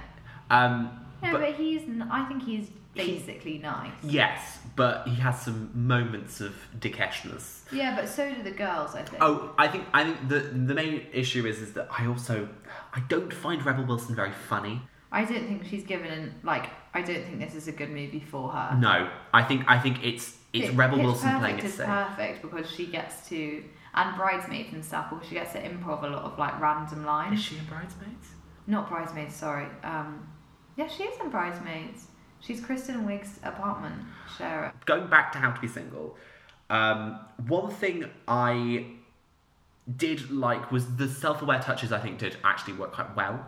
Speaker 2: Um,
Speaker 1: No,
Speaker 2: but,
Speaker 1: but, he's. n- I think he's
Speaker 2: He-
Speaker 1: basically nice.
Speaker 2: yes, but he has some moments of dickishness.
Speaker 1: Yeah, but so do the girls. I think.
Speaker 2: Oh, I think I think the the main issue is is that I also I don't find Rebel Wilson very funny.
Speaker 1: I don't think she's given an like. I don't think this is a good movie for her.
Speaker 2: No, I think I think it's it's
Speaker 1: Pitch-
Speaker 2: Rebel
Speaker 1: Pitch
Speaker 2: Wilson playing
Speaker 1: Perfect
Speaker 2: it
Speaker 1: is
Speaker 2: safe.
Speaker 1: perfect because she gets to and bridesmaids and stuff because she gets to improv a lot of like random
Speaker 2: Is
Speaker 1: lines.
Speaker 2: she in Bridesmaids?
Speaker 1: Not bridesmaids, sorry. Um, yeah, she is in bridesmaids. She's Kristen Wiig's apartment sharer.
Speaker 2: going back to how to be single, um, one thing I did like was the self-aware touches. I think did actually work quite well.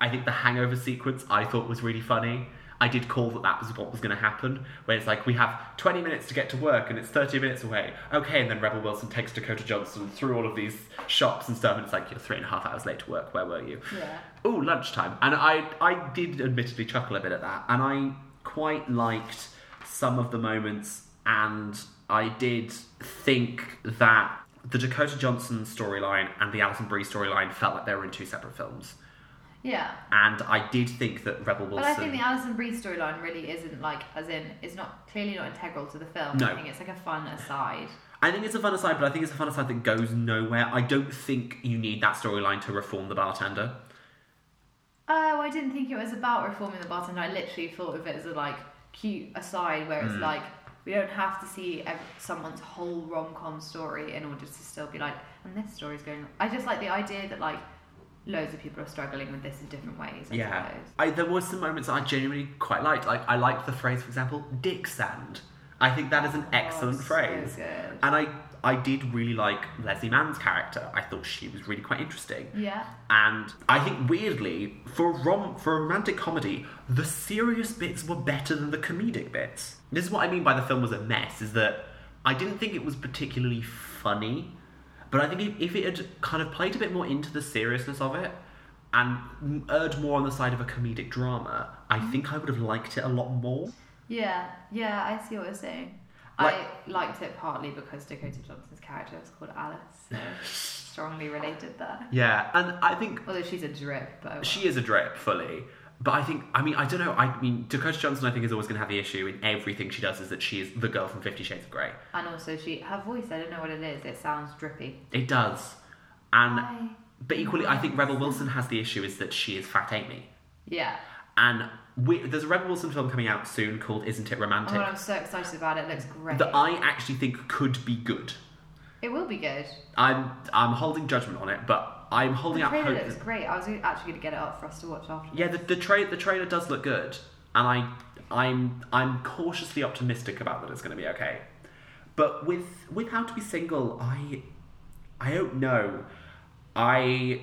Speaker 2: I think the hangover sequence I thought was really funny. I did call that that was what was going to happen, where it's like we have 20 minutes to get to work and it's 30 minutes away. Okay, and then Rebel Wilson takes Dakota Johnson through all of these shops and stuff, and it's like you're three and a half hours late to work. Where were you?
Speaker 1: Yeah.
Speaker 2: Oh, lunchtime. And I, I did admittedly chuckle a bit at that. And I quite liked some of the moments. And I did think that the Dakota Johnson storyline and the Alison Brie storyline felt like they were in two separate films.
Speaker 1: Yeah.
Speaker 2: And I did think that Rebel Wilson.
Speaker 1: But I think the Alison Brie storyline really isn't like, as in, it's not clearly not integral to the film.
Speaker 2: No.
Speaker 1: I think it's like a fun aside.
Speaker 2: I think it's a fun aside, but I think it's a fun aside that goes nowhere. I don't think you need that storyline to reform the bartender.
Speaker 1: Oh, I didn't think it was about reforming the bartender. I literally thought of it as a like cute aside where
Speaker 2: Hmm.
Speaker 1: it's like we don't have to see ev- someone's whole rom com story in order to still be like, and this story's going. I just like the idea that like loads of people are struggling with this in different ways. I
Speaker 2: Yeah,
Speaker 1: suppose.
Speaker 2: I, there were some moments I genuinely quite liked. Like I liked the phrase, for example, "dick sand." I think that is an excellent
Speaker 1: Oh, so
Speaker 2: phrase,
Speaker 1: good.
Speaker 2: and I I did really like Leslie Mann's character. I thought she was really quite interesting,
Speaker 1: Yeah.
Speaker 2: and I think weirdly for a rom for a romantic comedy, the serious bits were better than the comedic bits. This is what I mean by the film was a mess. Is that I didn't think it was particularly funny, but I think if, if it had kind of played a bit more into the seriousness of it and erred more on the side of a comedic drama, I think I would have liked it a lot more.
Speaker 1: Yeah, yeah, I see what you're saying.
Speaker 2: Like-
Speaker 1: I liked it partly because Dakota Johnson's character is called Alice, so strongly related there.
Speaker 2: Yeah, and I think
Speaker 1: Although she's a drip, but oh well.
Speaker 2: she is a drip fully. But I think, I mean, I don't know. I mean, Dakota Johnson, I think, is always going to have the issue in everything she does is that she is the girl from Fifty Shades of Grey.
Speaker 1: and also she her voice. I don't know what it is. It sounds drippy.
Speaker 2: It does. And
Speaker 1: Hi.
Speaker 2: but equally, I think Rebel Wilson has the issue is that she is Fat Amy.
Speaker 1: Yeah.
Speaker 2: And we, there's a Rebel Wilson film coming out soon called Isn't It
Speaker 1: Oh,
Speaker 2: Romantic
Speaker 1: I'm so excited about it. It looks great.
Speaker 2: that I actually think could be good.
Speaker 1: it will be good.
Speaker 2: I'm I'm holding judgment on it, but I'm holding
Speaker 1: The
Speaker 2: out
Speaker 1: trailer
Speaker 2: hope.
Speaker 1: looks great. I was actually going to get it up for us to watch after.
Speaker 2: yeah, the the, tra- the trailer does look good, and I I'm I'm cautiously optimistic about that it's going to be okay. But with with How to Be Single, I I don't know. I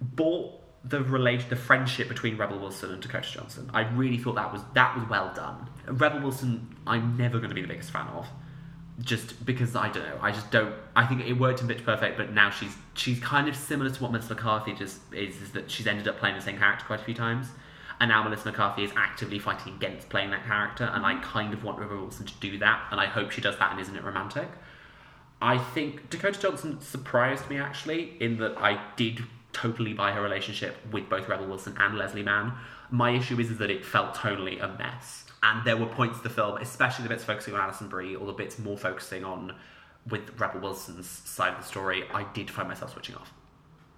Speaker 2: bought the relation the friendship between Rebel Wilson and Dakota Johnson. I really thought that was that was well done. Rebel Wilson, I'm never going to be the biggest fan of. Just because I don't know, I just don't. I think it worked in Bitch Perfect, but now she's she's kind of similar to what Melissa McCarthy just is, is that she's ended up playing the same character quite a few times, and now Melissa McCarthy is actively fighting against playing that character, and I kind of want Rebel Wilson to do that, and I hope she does that, and isn't it romantic? I think Dakota Johnson surprised me actually in that I did totally buy her relationship with both Rebel Wilson and Leslie Mann. My issue is, is that it felt tonally a mess. And there were points of the film, especially the bits focusing on Alison Brie or the bits more focusing on with Rebel Wilson's side of the story, I did find myself switching off.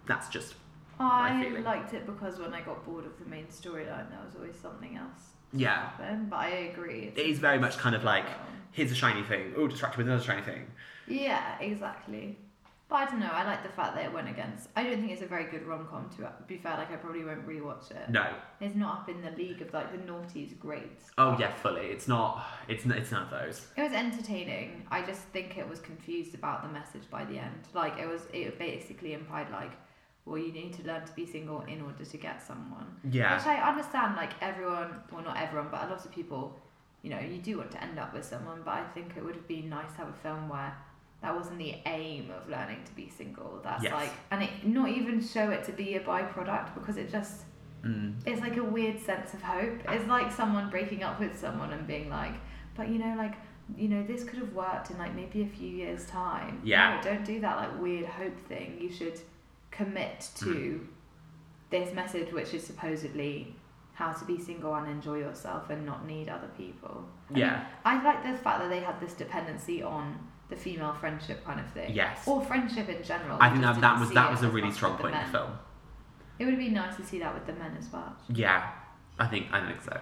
Speaker 2: That's just my
Speaker 1: I
Speaker 2: feeling.
Speaker 1: liked it because when I got bored of the main storyline, there was always something else
Speaker 2: yeah.
Speaker 1: then. But I agree. um,
Speaker 2: It is very much kind of like here's a shiny thing, oh distracted with another shiny thing.
Speaker 1: Yeah, exactly. But I don't know. I like the fact that it went against. I don't think it's a very good rom com. To be fair, like I probably won't rewatch it.
Speaker 2: No.
Speaker 1: It's not up in the league of like the naughties greats.
Speaker 2: Oh yeah, fully. It's not it's n- it's none of those.
Speaker 1: It was entertaining. I just think it was confused about the message by the end. Like it was, it basically implied like
Speaker 4: well, you need to learn to be single in order to get someone.
Speaker 2: Yeah.
Speaker 4: Which I understand, like everyone, well, not everyone, but a lot of people, you know, you do want to end up with someone, but I think it would have been nice to have a film where that wasn't the aim of learning to be single. That's
Speaker 2: Yes.
Speaker 4: like, and it not even show it to be a byproduct because it just,
Speaker 2: Mm.
Speaker 4: it's like a weird sense of hope. It's like someone breaking up with someone and being like, but you know, like, you know, this could have worked in like maybe a few years' time.
Speaker 2: Yeah.
Speaker 4: No, don't do that like weird hope thing. You should commit to
Speaker 2: Mm-hmm.
Speaker 4: this message, which is supposedly how to be single and enjoy yourself and not need other people.
Speaker 2: Yeah.
Speaker 4: I like the fact that they had this dependency on the female friendship kind of thing.
Speaker 2: Yes.
Speaker 4: Or friendship in general.
Speaker 2: I
Speaker 4: We
Speaker 2: think
Speaker 4: just
Speaker 2: that, that
Speaker 4: didn't
Speaker 2: was
Speaker 4: see
Speaker 2: that
Speaker 4: it
Speaker 2: was a
Speaker 4: as
Speaker 2: really
Speaker 4: much
Speaker 2: strong
Speaker 4: with the
Speaker 2: point in
Speaker 4: men.
Speaker 2: the film.
Speaker 4: It would be nice to see that with the men as well.
Speaker 2: Yeah, I think I think so.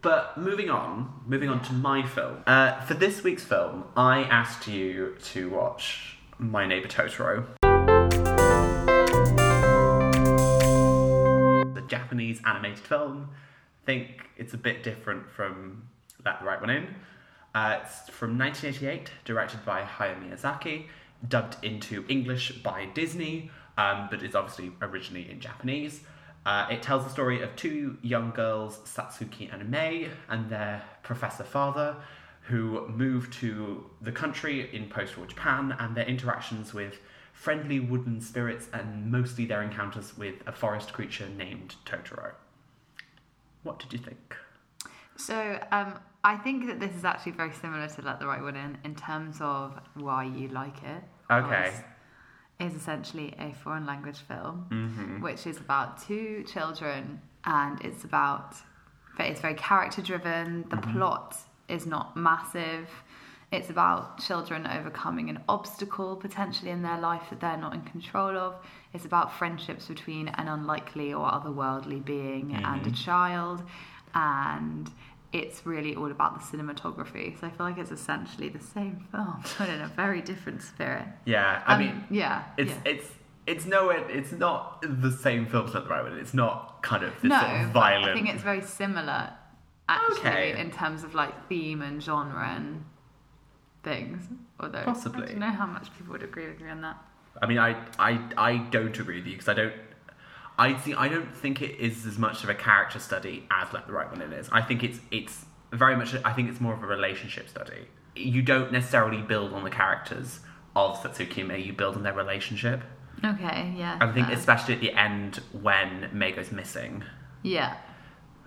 Speaker 2: But moving on, moving on to my film. Uh, for this week's film, I asked you to watch My Neighbor Totoro. The Japanese animated film. I think it's a bit different from Let the Right One In. Uh, it's from 1988, directed by Hayao Miyazaki, dubbed into English by Disney, um, but is obviously originally in Japanese. Uh, it tells the story of two young girls, Satsuki and Mei, and their professor father, who move to the country in post war Japan, and their interactions with friendly wooden spirits and mostly their encounters with a forest creature named Totoro. What did you think?
Speaker 1: So um, I think that this is actually very similar to Let the Right One In in terms of why you like it.
Speaker 2: Okay.
Speaker 1: Is essentially a foreign language film,
Speaker 2: Mm-hmm.
Speaker 1: which is about two children, and it's about, but it's very character driven. The
Speaker 2: Mm-hmm.
Speaker 1: plot is not massive. It's about children overcoming an obstacle potentially in their life that they're not in control of. It's about friendships between an unlikely or otherworldly being and a
Speaker 2: Mm-hmm.
Speaker 1: child. And it's really all about the cinematography. So I feel like it's essentially the same film, but in a very different spirit.
Speaker 2: Yeah, I
Speaker 1: Um,
Speaker 2: mean,
Speaker 1: yeah.
Speaker 2: it's
Speaker 1: yeah.
Speaker 2: it's it's nowhere. It's not the same film at the moment. It's not kind of this
Speaker 1: no,
Speaker 2: sort of
Speaker 1: but
Speaker 2: violent.
Speaker 1: I think it's very similar, actually,
Speaker 2: Okay.
Speaker 1: in terms of like theme and genre and things. Although I
Speaker 2: Possibly.
Speaker 1: don't know how much people would agree with me on that.
Speaker 2: I mean, I I I don't agree with you because I don't. I see. I don't think it is as much of a character study as Let the Right One In is. I think it's it's very much. I think it's more of a relationship study. You don't necessarily build on the characters of Satsuki and Mei. You build on their relationship.
Speaker 1: Okay, yeah. Uh,
Speaker 2: I think
Speaker 1: fair.
Speaker 2: especially at the end when Mei goes missing.
Speaker 1: yeah,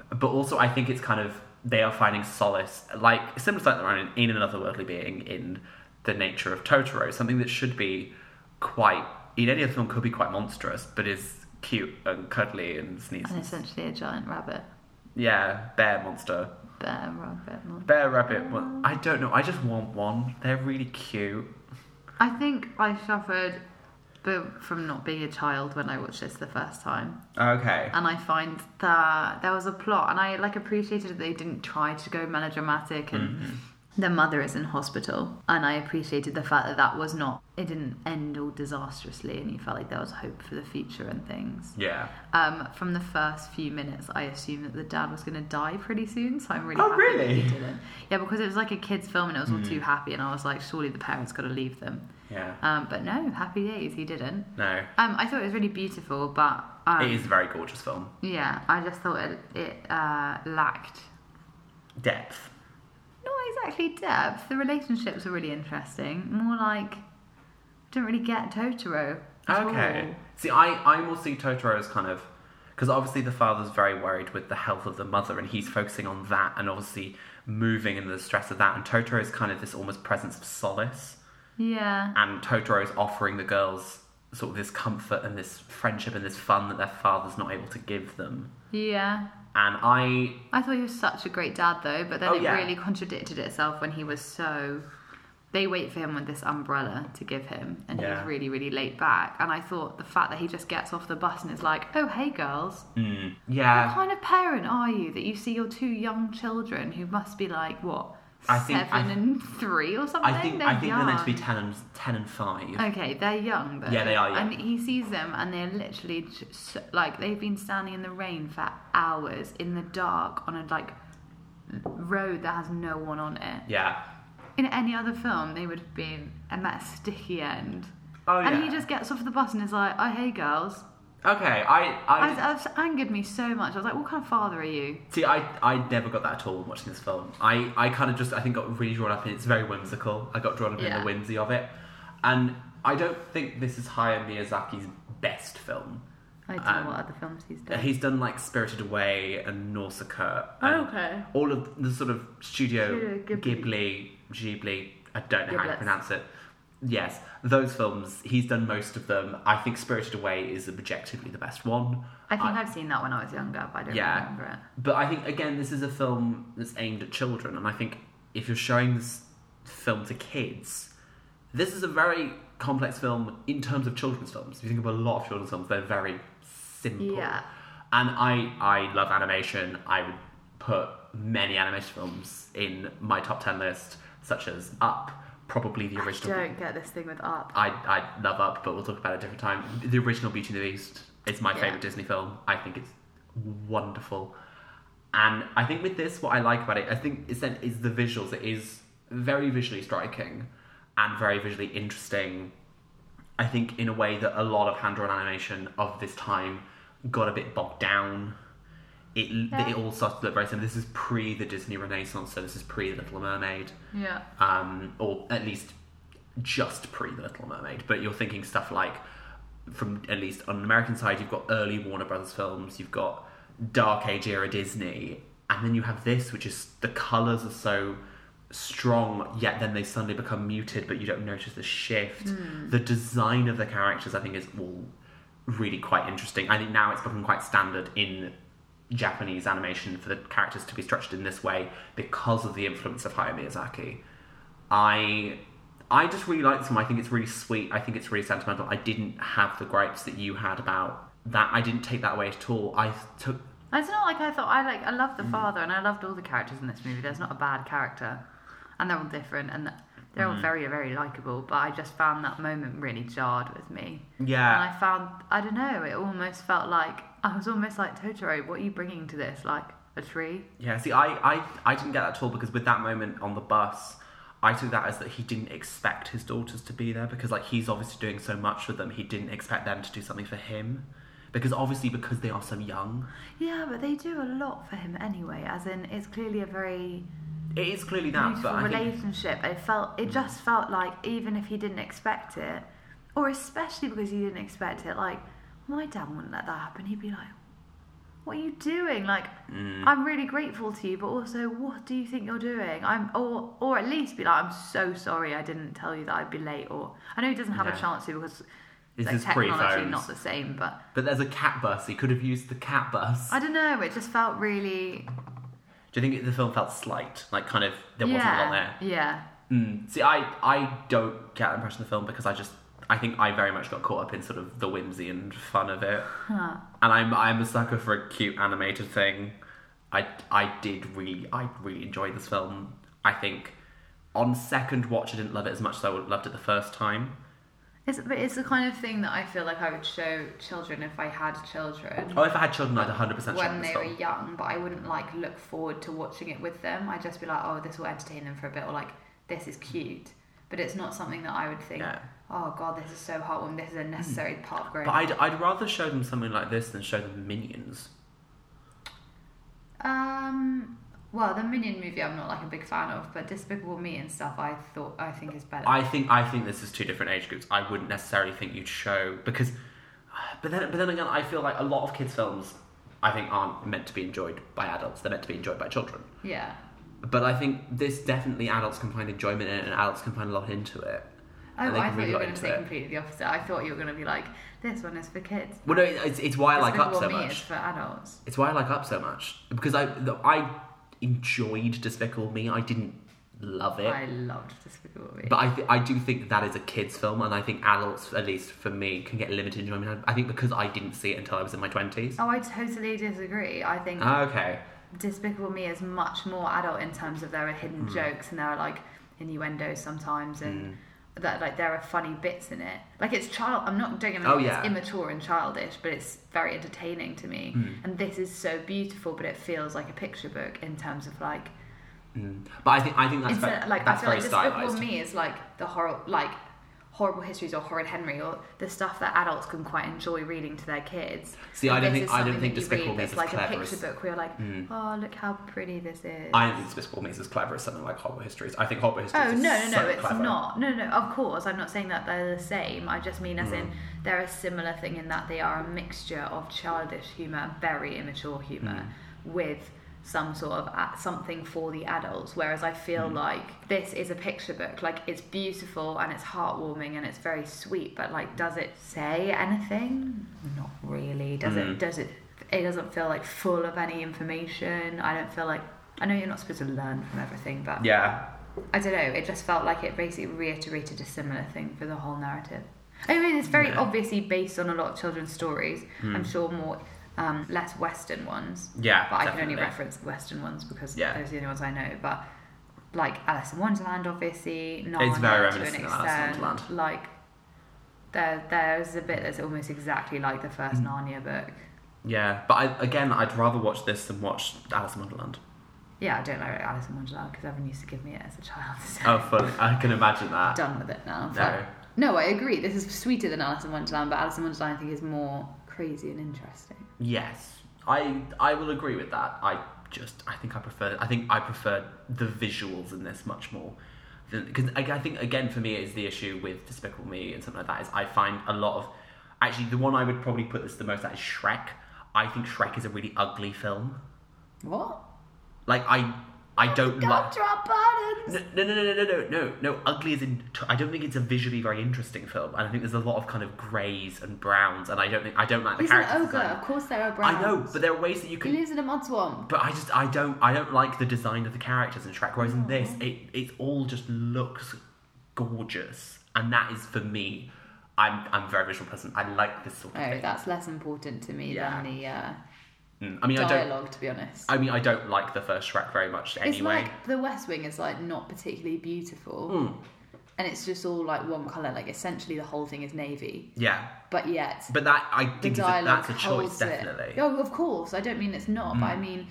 Speaker 2: but also I think it's kind of they are finding solace, like similar to like the Ronin, in an otherworldly being, in the nature of Totoro, something that should be quite in any other film could be quite monstrous, but is cute and cuddly and
Speaker 1: and
Speaker 2: sneezes.
Speaker 1: essentially a giant rabbit,
Speaker 2: Yeah, bear monster,
Speaker 1: bear rabbit. mon-
Speaker 2: bear rabbit. mon- I don't know. I just want one. They're really cute.
Speaker 1: I think I suffered the- from not being a child when I watched this the first time.
Speaker 2: Okay.
Speaker 1: and I find that there was a plot, and I like appreciated that they didn't try to go melodramatic
Speaker 2: Mm.
Speaker 1: and.
Speaker 2: Mm-hmm.
Speaker 1: Their mother is in hospital, and I appreciated the fact that that was not, it didn't end all disastrously, and you felt like there was hope for the future and things.
Speaker 2: Yeah.
Speaker 1: Um, from the first few minutes, I assumed that the dad was going to die pretty soon, so I'm really
Speaker 2: Oh,
Speaker 1: happy that
Speaker 2: really? Hmm.
Speaker 1: he didn't. Yeah, because it was like a kid's film, and it was all too happy, and I was like, surely the parents got to leave them.
Speaker 2: Yeah.
Speaker 1: Um, but no, happy days, he didn't.
Speaker 2: No.
Speaker 1: Um, I thought it was really beautiful, but. Um,
Speaker 2: It is a very gorgeous film.
Speaker 1: yeah, I just thought it, it uh, lacked
Speaker 2: Depth.
Speaker 1: not exactly depth. The relationships were really interesting. More like didn't really get Totoro. at
Speaker 2: Okay.
Speaker 1: all.
Speaker 2: See, I, I more see Totoro as kind of. Because obviously the father's very worried with the health of the mother, and he's focusing on that and obviously moving and the stress of that. And Totoro is kind of this almost presence of solace.
Speaker 1: Yeah.
Speaker 2: And Totoro is offering the girls sort of this comfort and this friendship and this fun that their father's not able to give them.
Speaker 1: Yeah.
Speaker 2: And I.
Speaker 1: I thought he was such a great dad though, but then
Speaker 2: Oh,
Speaker 1: it
Speaker 2: yeah.
Speaker 1: really contradicted itself when he was so. They wait for him with this umbrella to give him, and
Speaker 2: Yeah.
Speaker 1: he's really, really late back. And I thought the fact that he just gets off the bus and is like, "Oh, hey, girls,
Speaker 2: Mm, yeah.
Speaker 1: What kind of parent are you that you see your two young children who must be like what
Speaker 2: I think-
Speaker 1: seven
Speaker 2: I-
Speaker 1: and three or something?
Speaker 2: I think
Speaker 1: they're
Speaker 2: I think
Speaker 1: young.
Speaker 2: they're meant to be 10 and, 10 and 5.
Speaker 1: Okay, they're young though.
Speaker 2: Yeah, they are young.
Speaker 1: And he sees them, and they're literally just, like they've been standing in the rain for hours in the dark on a like road that has no one on it.
Speaker 2: Yeah.
Speaker 1: In any other film, they would have been at that sticky end.
Speaker 2: Oh,
Speaker 1: and he just gets off the bus and is like, "Oh, hey, girls."
Speaker 2: Okay, I, I
Speaker 3: It's- it's angered me so much. I was like, what kind of father are you?
Speaker 2: See, I, I never got that at all watching this film. I, I kind of just, I think, got really drawn up in It's very whimsical. I got drawn up in
Speaker 3: Yeah.
Speaker 2: the whimsy of it. And I don't think this is Hayao Miyazaki's best film.
Speaker 3: I don't
Speaker 2: Um,
Speaker 3: know what other films he's done.
Speaker 2: He's done, like, Spirited Away and Nausicaa.
Speaker 3: Oh,
Speaker 2: And
Speaker 3: okay.
Speaker 2: All of the sort of studio
Speaker 3: Studio
Speaker 2: Ghibli,
Speaker 3: Ghibli.
Speaker 2: Ghibli, I don't know how you
Speaker 3: Giblets.
Speaker 2: pronounce it. Yes, those films, he's done most of them. I think Spirited Away is objectively the best one.
Speaker 3: I think I, have seen that when I was younger, but I don't
Speaker 2: Yeah.
Speaker 3: remember it.
Speaker 2: But I think again, this is a film that's aimed at children, and I think if you're showing this film to kids, this is a very complex film in terms of children's films. If you think of a lot of children's films, they're very simple.
Speaker 3: Yeah.
Speaker 2: And I I love animation. I would put many animation films in my top ten list, such as Up, probably the original.
Speaker 3: Don't get this thing with up.
Speaker 2: I, I love Up, but we'll talk about it a different time. The original Beauty and the Beast is my
Speaker 3: Yeah.
Speaker 2: favourite Disney film. I think it's wonderful. And I think with this, what I like about it, I think it's then is the visuals. It is very visually striking and very visually interesting. I think in a way that a lot of hand drawn animation of this time got a bit bogged down. It
Speaker 3: Yeah.
Speaker 2: it all started to look very similar. This is pre the Disney Renaissance, so this is pre the Little Mermaid
Speaker 3: Yeah.
Speaker 2: um, or at least just pre The Little Mermaid. But you're thinking stuff like, from at least on the American side, you've got early Warner Brothers films, you've got Dark Age era Disney, and then you have this, which is the colours are so strong, yet then they suddenly become muted, but you don't notice the shift. The design of the characters, I think, is all really quite interesting. I think now it's become quite standard in Japanese animation for the characters to be structured in this way because of the influence of Hayao Miyazaki. I I just really like this film. I think it's really sweet. I think it's really sentimental. I didn't have the gripes that you had about that. I didn't take that away at all. I took
Speaker 3: It's not like I thought. I like. I loved the father, and I loved all the characters in this movie. There's not a bad character, and they're all different, and they're all very, very likable. But I just found that moment really jarred with me, and
Speaker 2: yeah
Speaker 3: I found I don't know. It almost felt like I was almost like Totoro. What are you bringing to this? Like a tree?
Speaker 2: yeah. See, I I I didn't get that at all because with that moment on the bus. I took that as that he didn't expect his daughters to be there because, like, he's obviously doing so much for them. He didn't expect them to do something for him, because obviously because they are so young,
Speaker 3: Yeah, but they do a lot for him anyway. As in, it's clearly a very
Speaker 2: it is clearly that.
Speaker 3: beautiful
Speaker 2: But I think Mm.
Speaker 3: relationship. It felt it just felt like even if he didn't expect it, or especially because he didn't expect it, like my dad wouldn't let that happen. He'd be like, "What are you doing? Like,
Speaker 2: Mm.
Speaker 3: I'm really grateful to you, but also, what do you think you're doing? I'm or or at least be like, I'm so sorry, I didn't tell you that I'd be late. Or I know he doesn't have
Speaker 2: Yeah.
Speaker 3: a chance to because
Speaker 2: This
Speaker 3: like,
Speaker 2: is
Speaker 3: technology
Speaker 2: pre-phones.
Speaker 3: not the same, but.
Speaker 2: But there's a cat bus. He could have used the cat bus.
Speaker 3: I don't know. It just felt really.
Speaker 2: Do you think the film felt slight? Like, kind of, there wasn't a lot there.
Speaker 3: yeah, yeah.
Speaker 2: Mm. See, I, I don't get that impression of the film because I just, I think I very much got caught up in sort of the whimsy and fun of it. And I'm, I'm a sucker for a cute animated thing. I, I did really, I really enjoyed this film. I think on second watch, I didn't love it as much as I would have loved it the first time.
Speaker 1: It's, but it's the kind of thing that I feel like I would show children if I had children
Speaker 2: Oh, if I had children, I'd 100% show them
Speaker 1: when
Speaker 2: this
Speaker 1: they were
Speaker 2: film.
Speaker 1: young, but I wouldn't like look forward to watching it with them. I'd just be like, oh, this will entertain them for a bit, or like, this is cute. But it's not something that I would think,
Speaker 2: Yeah. Hmm.
Speaker 1: oh god, this is so heartwarming. This is a necessary part of growing.
Speaker 2: But I'd, I'd rather show them something like this than show them Minions.
Speaker 1: Um, well, the Minion movie I'm not like a big fan of, but Despicable Me and stuff I thought I think is better.
Speaker 2: I think I think this is two different age groups. I wouldn't necessarily think you'd show because, but then but then again, I feel like a lot of kids' films, I think aren't meant to be enjoyed by adults. They're meant to be enjoyed by children.
Speaker 1: yeah.
Speaker 2: But I think this definitely adults can find enjoyment in it, and adults can find a lot into it.
Speaker 1: Oh,
Speaker 2: And they
Speaker 1: I
Speaker 2: can
Speaker 1: thought
Speaker 2: really
Speaker 1: you were going
Speaker 2: got
Speaker 1: to
Speaker 2: into
Speaker 1: say
Speaker 2: it.
Speaker 1: completely the opposite. I thought you were going to be like, this one is for kids.
Speaker 2: Well, no, it's, it's why I like Up
Speaker 1: Despicable
Speaker 2: so
Speaker 1: Me
Speaker 2: much.
Speaker 1: is for adults.
Speaker 2: It's why I like Up so much because I the- I enjoyed Despicable Me. I didn't love it.
Speaker 1: I loved Despicable Me.
Speaker 2: But I, th- I do think that is a kids' film, and I think adults, at least for me, can get limited enjoyment. I think because I didn't see it until I was in my twenties.
Speaker 1: Oh, I totally disagree. I think
Speaker 2: okay.
Speaker 1: Despicable Me is much more adult in terms of there are hidden
Speaker 2: Hmm.
Speaker 1: jokes and there are like innuendos sometimes and
Speaker 2: Hmm.
Speaker 1: that like there are funny bits in it. Like it's child. I'm not doing it.
Speaker 2: Oh,
Speaker 1: it's
Speaker 2: yeah.
Speaker 1: immature and childish, but it's very entertaining to me.
Speaker 2: Hmm.
Speaker 1: And this is so beautiful, but it feels like a picture book in terms of like
Speaker 2: Mm. But I think I think that's
Speaker 1: instead
Speaker 2: ve-
Speaker 1: like
Speaker 2: that's
Speaker 1: I feel
Speaker 2: very
Speaker 1: like Despicable
Speaker 2: stylized.
Speaker 1: Me is like the horror like horrible histories or horrid henry or the stuff that adults can quite enjoy reading to their kids
Speaker 2: See, I
Speaker 1: But
Speaker 2: don't
Speaker 1: this
Speaker 2: think
Speaker 1: is
Speaker 2: I don't
Speaker 1: something
Speaker 2: think
Speaker 1: that you
Speaker 2: Despicable
Speaker 1: read
Speaker 2: Me is
Speaker 1: that's like
Speaker 2: as
Speaker 1: a
Speaker 2: clever
Speaker 1: picture
Speaker 2: as Hmm.
Speaker 1: book where you're like oh look how pretty this is
Speaker 2: I don't think Despicable Me is as clever as something like Horrible Histories. I think Horrible Histories.
Speaker 1: Oh
Speaker 2: is
Speaker 1: no, no, no!
Speaker 2: so
Speaker 1: it's
Speaker 2: clever.
Speaker 1: not. No, no, no. Of course, I'm not saying that they're the same. I just mean as in
Speaker 2: Mm.
Speaker 1: they're a similar thing in that they are a mixture of childish humor, very immature humor,
Speaker 2: Mm.
Speaker 1: with some sort of a- something for the adults. Whereas I
Speaker 2: Mm.
Speaker 1: feel like this is a picture book. Like it's beautiful and it's heartwarming and it's very sweet, but like, does it say anything? Not really. Does
Speaker 2: Mm.
Speaker 1: it? Does it? It doesn't feel like full of any information. I don't feel like. I know you're not supposed to learn from everything, but
Speaker 2: Yeah,
Speaker 1: I don't know. It just felt like it basically reiterated a similar thing for the whole narrative. I mean, it's very
Speaker 2: Yeah. Hmm.
Speaker 1: obviously based on a lot of children's stories. I'm sure more um, less Western ones,
Speaker 2: yeah.
Speaker 1: but I can only
Speaker 2: definitely.
Speaker 1: reference Western ones because
Speaker 2: Yeah.
Speaker 1: those are the only ones I know. But like Alice in Wonderland, obviously, Narnia
Speaker 2: It's very
Speaker 1: to an
Speaker 2: reminiscent
Speaker 1: extent.
Speaker 2: of Alice in Wonderland.
Speaker 1: Like there, there's a bit that's almost exactly like the first
Speaker 2: Hmm.
Speaker 1: Narnia book.
Speaker 2: Yeah, but I, again, I'd rather watch this than watch Alice in Wonderland.
Speaker 1: Yeah, I don't like Alice in Wonderland because everyone used to give me it as a child. so-
Speaker 2: Oh, fun! I can imagine that.
Speaker 1: done with it now.
Speaker 2: Ah. No.
Speaker 1: No, I agree. This is sweeter than Alice in Wonderland, but Alice in Wonderland I think is more crazy and interesting.
Speaker 2: Yes, I I will agree with that. I just I think I prefer I think I prefer the visuals in this much more. Because I, I think again for me is the issue with Despicable Me and something like that is I find a lot of actually the one I would probably put this the most at is Shrek. I think Shrek is a really ugly film.
Speaker 1: What?
Speaker 2: Like I I don't like
Speaker 1: Gumdrop buttons.
Speaker 2: No, no, no, no, no, no, no, no. Ugly is in. T- I don't think it's a visually very interesting film, and I think there's a lot of kind of greys and browns, and I don't think I don't like the
Speaker 1: He's an
Speaker 2: character
Speaker 1: ogre.
Speaker 2: design.
Speaker 1: Of course, there are browns.
Speaker 2: I know, but there are ways that you
Speaker 1: he
Speaker 2: can.
Speaker 1: lives in a mud swamp.
Speaker 2: But I just I don't I don't like the design of the characters in Shrek. Whereas in this, it it all just looks gorgeous, and that is for me. I'm I'm a very visual person. I like this sort of
Speaker 1: Oh,
Speaker 2: thing.
Speaker 1: that's less important to me than
Speaker 2: Yeah.
Speaker 1: the uh,
Speaker 2: Mm. I mean, I don't.
Speaker 1: dialogue, to be honest.
Speaker 2: I mean, I don't like the first Shrek very much
Speaker 1: it's
Speaker 2: anyway. Mm.
Speaker 1: like The West Wing is like not particularly beautiful, and it's just all like one color. Like essentially, the whole thing is navy,
Speaker 2: yeah,
Speaker 1: but yet
Speaker 2: but that I
Speaker 1: the
Speaker 2: think is a-
Speaker 1: dialogue
Speaker 2: that's a choice,
Speaker 1: holds it.
Speaker 2: definitely. Mm.
Speaker 1: Oh, of course. I don't mean it's not, but I mean,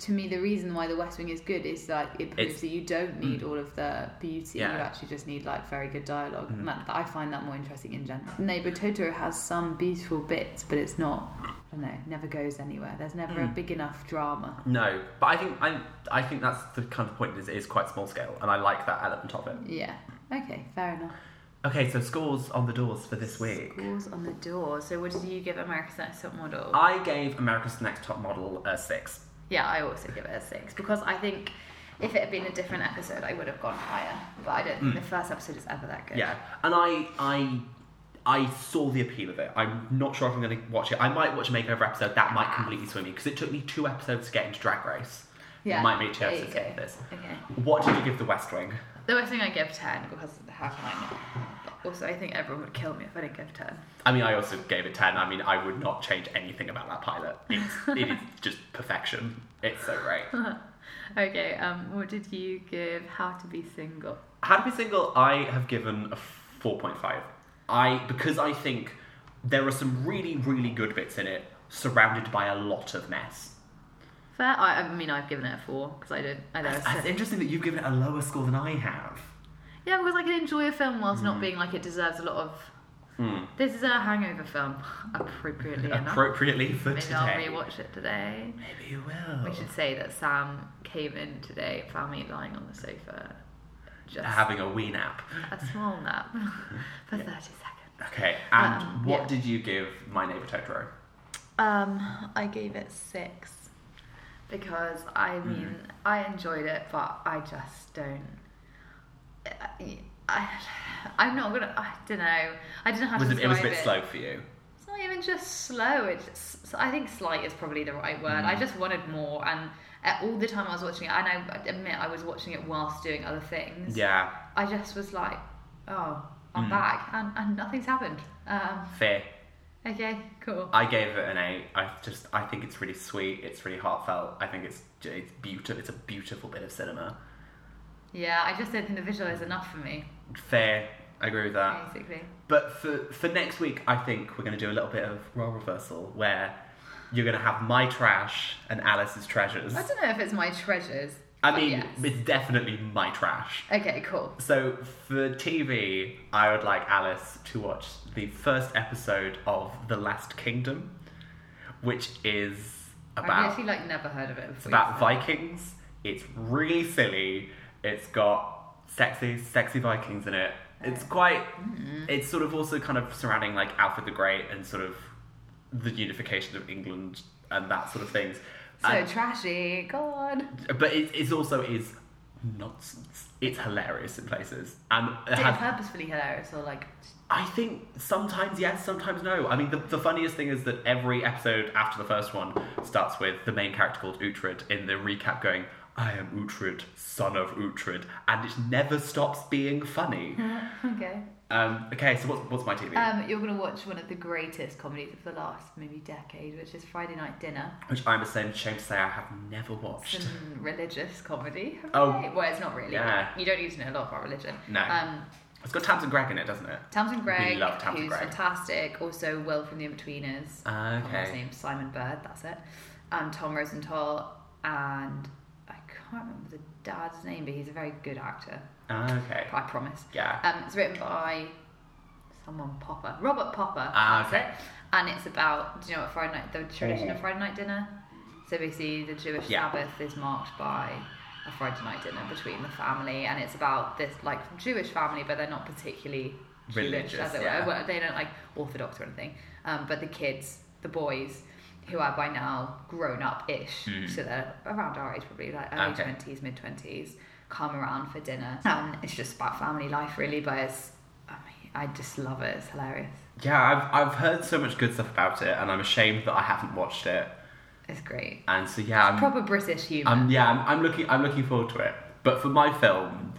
Speaker 1: to me, the reason why The West Wing is good is that it proves
Speaker 2: It's- mm.
Speaker 1: that you don't need all of the beauty.
Speaker 2: Yeah. Mm.
Speaker 1: You actually just need like very good dialogue. And that, I find that more interesting in general. Neighbor Totoro has some beautiful bits, but it's not. I don't know. Never goes anywhere. There's never
Speaker 2: Mm.
Speaker 1: a big enough drama.
Speaker 2: No, but I think I I think that's the kind of point is it is quite small scale, and I like that element of it.
Speaker 1: Yeah. Okay. Fair enough.
Speaker 2: Okay, so scores on the doors for this week.
Speaker 1: Scores on the door. So, what did you give America's Next Top Model?
Speaker 2: I gave America's Next Top Model a six.
Speaker 1: Yeah, I also give it a six because I think if it had been a different episode, I would have gone higher. But I don't think the first episode is ever that good.
Speaker 2: Mm. Yeah, and I I I saw the appeal of it. I'm not sure if I'm going to watch it. I might watch a makeover episode. That
Speaker 1: Ah.
Speaker 2: might completely swim me because it took me two episodes to get into Drag Race.
Speaker 1: Yeah,
Speaker 2: it might be two
Speaker 1: there you
Speaker 2: episodes to get into
Speaker 1: go.
Speaker 2: this.
Speaker 1: Okay.
Speaker 2: What did you give The West Wing?
Speaker 1: The worst thing I give ten because how can I not? Also, I think everyone would kill me if I didn't give ten.
Speaker 2: I mean, I also gave it ten. I mean, I would not change anything about that pilot. It's, it is just perfection. It's so great.
Speaker 1: Okay. Um, what did you give How to Be Single?
Speaker 2: How to be single, I have given a 4.5. I because I think there are some really, really good bits in it, surrounded by a lot of mess.
Speaker 1: Fair. I, I mean, I've given it a four because I don't. I don't.
Speaker 2: It's interesting that you've given it a lower score than I have.
Speaker 1: Yeah, because I can enjoy a film whilst
Speaker 2: Mm.
Speaker 1: not being like it deserves a lot of.
Speaker 2: Hmm.
Speaker 1: This is a hangover film, appropriately enough.
Speaker 2: Appropriately for
Speaker 1: Maybe I'll
Speaker 2: today.
Speaker 1: rewatch it today.
Speaker 2: Maybe you will.
Speaker 1: We should say that Sam came in today, found me lying on the sofa, just
Speaker 2: Having a wee nap.
Speaker 1: a small nap for 30 seconds.
Speaker 2: Okay, and
Speaker 1: Um,
Speaker 2: what
Speaker 1: yeah.
Speaker 2: did you give My Neighbor Totoro?
Speaker 1: Um, I gave it six because I
Speaker 2: Mm-hmm.
Speaker 1: mean, I enjoyed it, but I just don't. I, I, I'm not gonna. I don't know. I don't know how
Speaker 2: Was
Speaker 1: to
Speaker 2: it, it was a
Speaker 1: describe
Speaker 2: bit slow for you.
Speaker 1: It's not even just slow. It's s- I think slight is probably the right word.
Speaker 2: Mm.
Speaker 1: I just wanted more, and uh, all the time I was watching it, and I admit I was watching it whilst doing other things.
Speaker 2: Yeah,
Speaker 1: I just was like, oh,
Speaker 2: Mm.
Speaker 1: I'm back, and, and nothing's happened. Um,
Speaker 2: fair.
Speaker 1: okay, cool.
Speaker 2: I gave it an eight. I just, I think it's really sweet. It's really heartfelt. I think it's, it's beautiful. It's a beautiful bit of cinema.
Speaker 1: Yeah, I just don't think the visual is enough for me,
Speaker 2: Fair. I agree with that.
Speaker 1: basically.
Speaker 2: But for, for next week, I think we're going to do a little bit of role reversal where you're going to have my trash and Alice's treasures.
Speaker 1: I don't know if it's my treasures.
Speaker 2: I
Speaker 1: But
Speaker 2: mean,
Speaker 1: yes.
Speaker 2: it's definitely my trash.
Speaker 1: Okay, cool.
Speaker 2: So for TV, I would like Alice to watch the first episode of The Last Kingdom, which is
Speaker 1: I've
Speaker 2: about
Speaker 1: actually like never heard of it before.
Speaker 2: It's about
Speaker 1: you
Speaker 2: Vikings. It's really silly. It's got sexy, sexy Vikings in it. It's quite. It's sort of also kind of surrounding like Alfred the Great and sort of the unification of England and that sort of things.
Speaker 1: said.
Speaker 2: And-
Speaker 1: So trashy, God.
Speaker 2: but it, it's also is nonsense. It's hilarious in places, and it
Speaker 1: Is it
Speaker 2: has
Speaker 1: purposefully hilarious or like
Speaker 2: I think sometimes yes, sometimes no. I mean, the, the funniest thing is that every episode after the first one starts with the main character called Uhtred in the recap going, I am Uhtred, son of Uhtred, and it never stops being funny.
Speaker 1: okay?
Speaker 2: um, okay, so what's, what's my TV?
Speaker 1: Hmm. Um, you're gonna watch one of the greatest comedies of the last maybe decade, which is Friday Night Dinner.
Speaker 2: Which I'm ashamed ashamed to say I have never watched.
Speaker 1: Some religious comedy.
Speaker 2: Oh.
Speaker 1: hooray. well, it's not really.
Speaker 2: Yeah.
Speaker 1: You don't need to know a lot about religion.
Speaker 2: No.
Speaker 1: Um,
Speaker 2: It's got Tamsin Gregg in it, doesn't it?
Speaker 1: Tamsin Gregg,
Speaker 2: love Tamsin
Speaker 1: who's
Speaker 2: Gregg.
Speaker 1: fantastic. Also, Will from The Inbetweeners.
Speaker 2: Ah,
Speaker 1: Can't remember His
Speaker 2: okay.
Speaker 1: name Simon Bird. That's it. Um, Tom Rosenthal and I can't remember the dad's name, but he's a very good actor.
Speaker 2: Ah, okay.
Speaker 1: I promise.
Speaker 2: Yeah.
Speaker 1: Um, it's written by someone Popper, Robert Popper.
Speaker 2: Ah,
Speaker 1: that's
Speaker 2: okay.
Speaker 1: it. And it's about do you know what Friday night, the tradition
Speaker 2: Mhm.
Speaker 1: of Friday night dinner. So basically, the Jewish
Speaker 2: Yeah.
Speaker 1: Sabbath is marked by a Friday night dinner between the family, and it's about this like Jewish family, but they're not particularly Jewish,
Speaker 2: Religious,
Speaker 1: as it
Speaker 2: yeah.
Speaker 1: were. Well, They don't like Orthodox or anything. Um, but the kids, the boys. Who are by now grown up ish,
Speaker 2: Mhm.
Speaker 1: so they're around our age, probably like early
Speaker 2: Okay.
Speaker 1: 20s, mid 20s, come around for dinner. And it's just about family life, really, but it's, I, mean, I just love it. It's hilarious.
Speaker 2: Yeah, I've, I've heard so much good stuff about it, and I'm ashamed that I haven't watched it.
Speaker 1: It's great.
Speaker 2: And so, yeah, I'm,
Speaker 1: Proper British humour.
Speaker 2: Um, yeah, I'm, I'm looking. I'm looking forward to it. But for my film,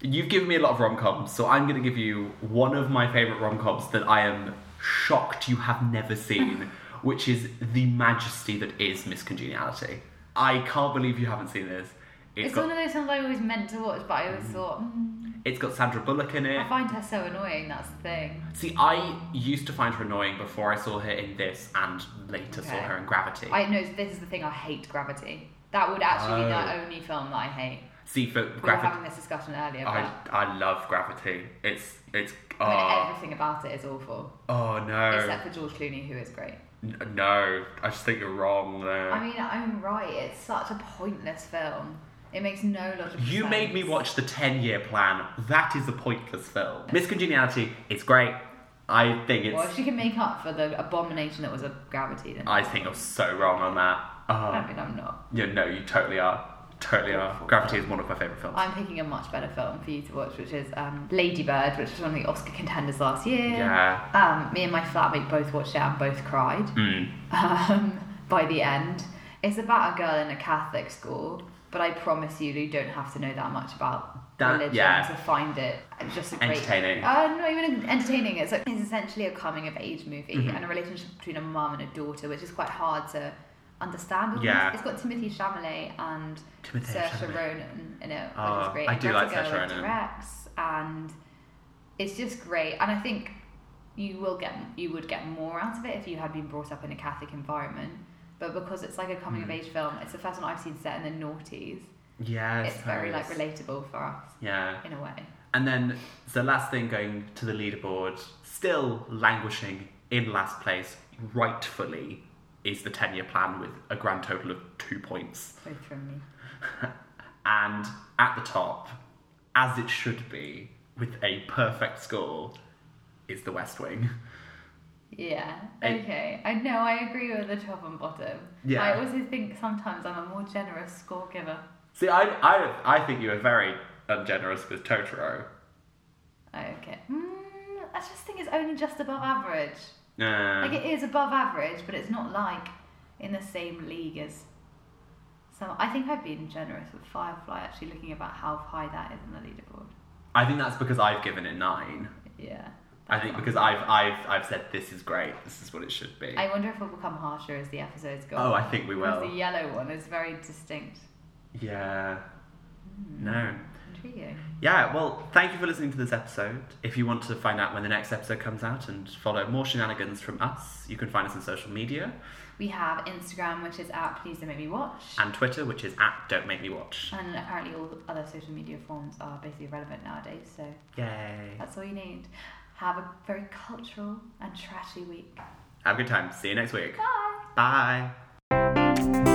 Speaker 2: you've given me a lot of rom coms, so I'm going to give you one of my favorite rom coms that I am shocked you have never seen, which is the majesty that is Miss Congeniality. I can't believe you haven't seen this.
Speaker 1: it's
Speaker 2: it's got
Speaker 1: one of those films I always meant to watch, but I always thought, mm,
Speaker 2: it's got Sandra Bullock in it.
Speaker 1: I find her so annoying, that's the thing.
Speaker 2: See, I used to find her annoying before I saw her in this, and later saw
Speaker 1: Okay.
Speaker 2: her in Gravity.
Speaker 1: I know this is the thing I hate Gravity. That would actually be the
Speaker 2: Oh.
Speaker 1: only film that I hate.
Speaker 2: See, for
Speaker 1: We were
Speaker 2: Gravity,
Speaker 1: having this discussion earlier, but
Speaker 2: I I love Gravity. It's it's oh
Speaker 1: I mean, everything about it is awful,
Speaker 2: oh no.
Speaker 1: except for George Clooney, who is great.
Speaker 2: N- No, I just think you're wrong there.
Speaker 1: I mean, I'm right. It's such a pointless film. It makes no logical
Speaker 2: you
Speaker 1: sense.
Speaker 2: made me watch the 10 year plan. That is a pointless film. Miss Congeniality, it's great. I think it's.
Speaker 1: Well, if she can make up for the abomination that was a gravity, then
Speaker 2: I think you're so wrong on that.
Speaker 1: I
Speaker 2: Oh,
Speaker 1: mean, I'm not.
Speaker 2: yeah, no, you totally are. Totally are. Gravity is one of my favourite films.
Speaker 1: I'm picking a much better film for you to watch, which is um, Lady Bird, which was one of the Oscar contenders last year.
Speaker 2: Yeah.
Speaker 1: Um, me and my flatmate both watched it and both cried.
Speaker 2: Mm.
Speaker 1: Um, by the end, it's about a girl in a Catholic school, but I promise you, you don't have to know that much about
Speaker 2: That-
Speaker 1: religion
Speaker 2: yeah.
Speaker 1: to find it just a great
Speaker 2: Entertaining.
Speaker 1: Uh, not even entertaining. It's like it's essentially a coming of age movie
Speaker 2: Mhm.
Speaker 1: and a relationship between a mum and a daughter, which is quite hard to understand. almost.
Speaker 2: Yeah.
Speaker 1: it's got Timothy Chalamet and
Speaker 2: Timothée
Speaker 1: Saoirse
Speaker 2: Chalamet.
Speaker 1: Ronan in it, which
Speaker 2: Ah,
Speaker 1: is great.
Speaker 2: I do
Speaker 1: Greta
Speaker 2: like
Speaker 1: Gerwig
Speaker 2: Saoirse Ronan.
Speaker 1: Directs, and it's just great. And I think you will get you would get more out of it if you had been brought up in a Catholic environment. But because it's like a coming
Speaker 2: Mm.
Speaker 1: of age film, it's the first one I've seen set in the noughties.
Speaker 2: Yeah, I
Speaker 1: It's very like
Speaker 2: suppose.
Speaker 1: relatable for us
Speaker 2: Yeah.
Speaker 1: in a way.
Speaker 2: And then the last thing going to the leaderboard, still languishing in last place, rightfully, is the 10 year plan with a grand total of two points.
Speaker 1: Both from me.
Speaker 2: and at the top, as it should be, with a perfect score, is The West Wing.
Speaker 1: Yeah.
Speaker 2: I-
Speaker 1: Okay. I know. I agree with the top and bottom.
Speaker 2: Yeah.
Speaker 1: I also think sometimes I'm a more generous score giver.
Speaker 2: See, I, I, I think you are very ungenerous with Totoro.
Speaker 1: Okay. Mm, I just think it's only just above average.
Speaker 2: Uh,
Speaker 1: Like it is above average, but it's not like in the same league as. So I think I've been generous with Firefly. Actually, looking about how high that is in the leaderboard.
Speaker 2: I think that's because I've given it nine.
Speaker 1: Yeah.
Speaker 2: I think because I've, I've, I've said this is great, this is what it should be.
Speaker 1: I wonder if we'll become harsher as the episodes go.
Speaker 2: oh,
Speaker 1: on.
Speaker 2: I think we
Speaker 1: Because
Speaker 2: will.
Speaker 1: the yellow one is very distinct.
Speaker 2: Yeah. No.
Speaker 1: Intriguing.
Speaker 2: Yeah, well, thank you for listening to this episode. If you want to find out when the next episode comes out and follow more shenanigans from us, you can find us on social media
Speaker 1: We have Instagram, which is at Please Don't Make Me Watch.
Speaker 2: and Twitter, which is at Don't Make Me Watch.
Speaker 1: And apparently, all other social media forms are basically irrelevant nowadays, so
Speaker 2: Yay.
Speaker 1: that's all you need. Have a very cultural and trashy week.
Speaker 2: Have a good time. See you next week.
Speaker 1: Bye!
Speaker 2: Bye.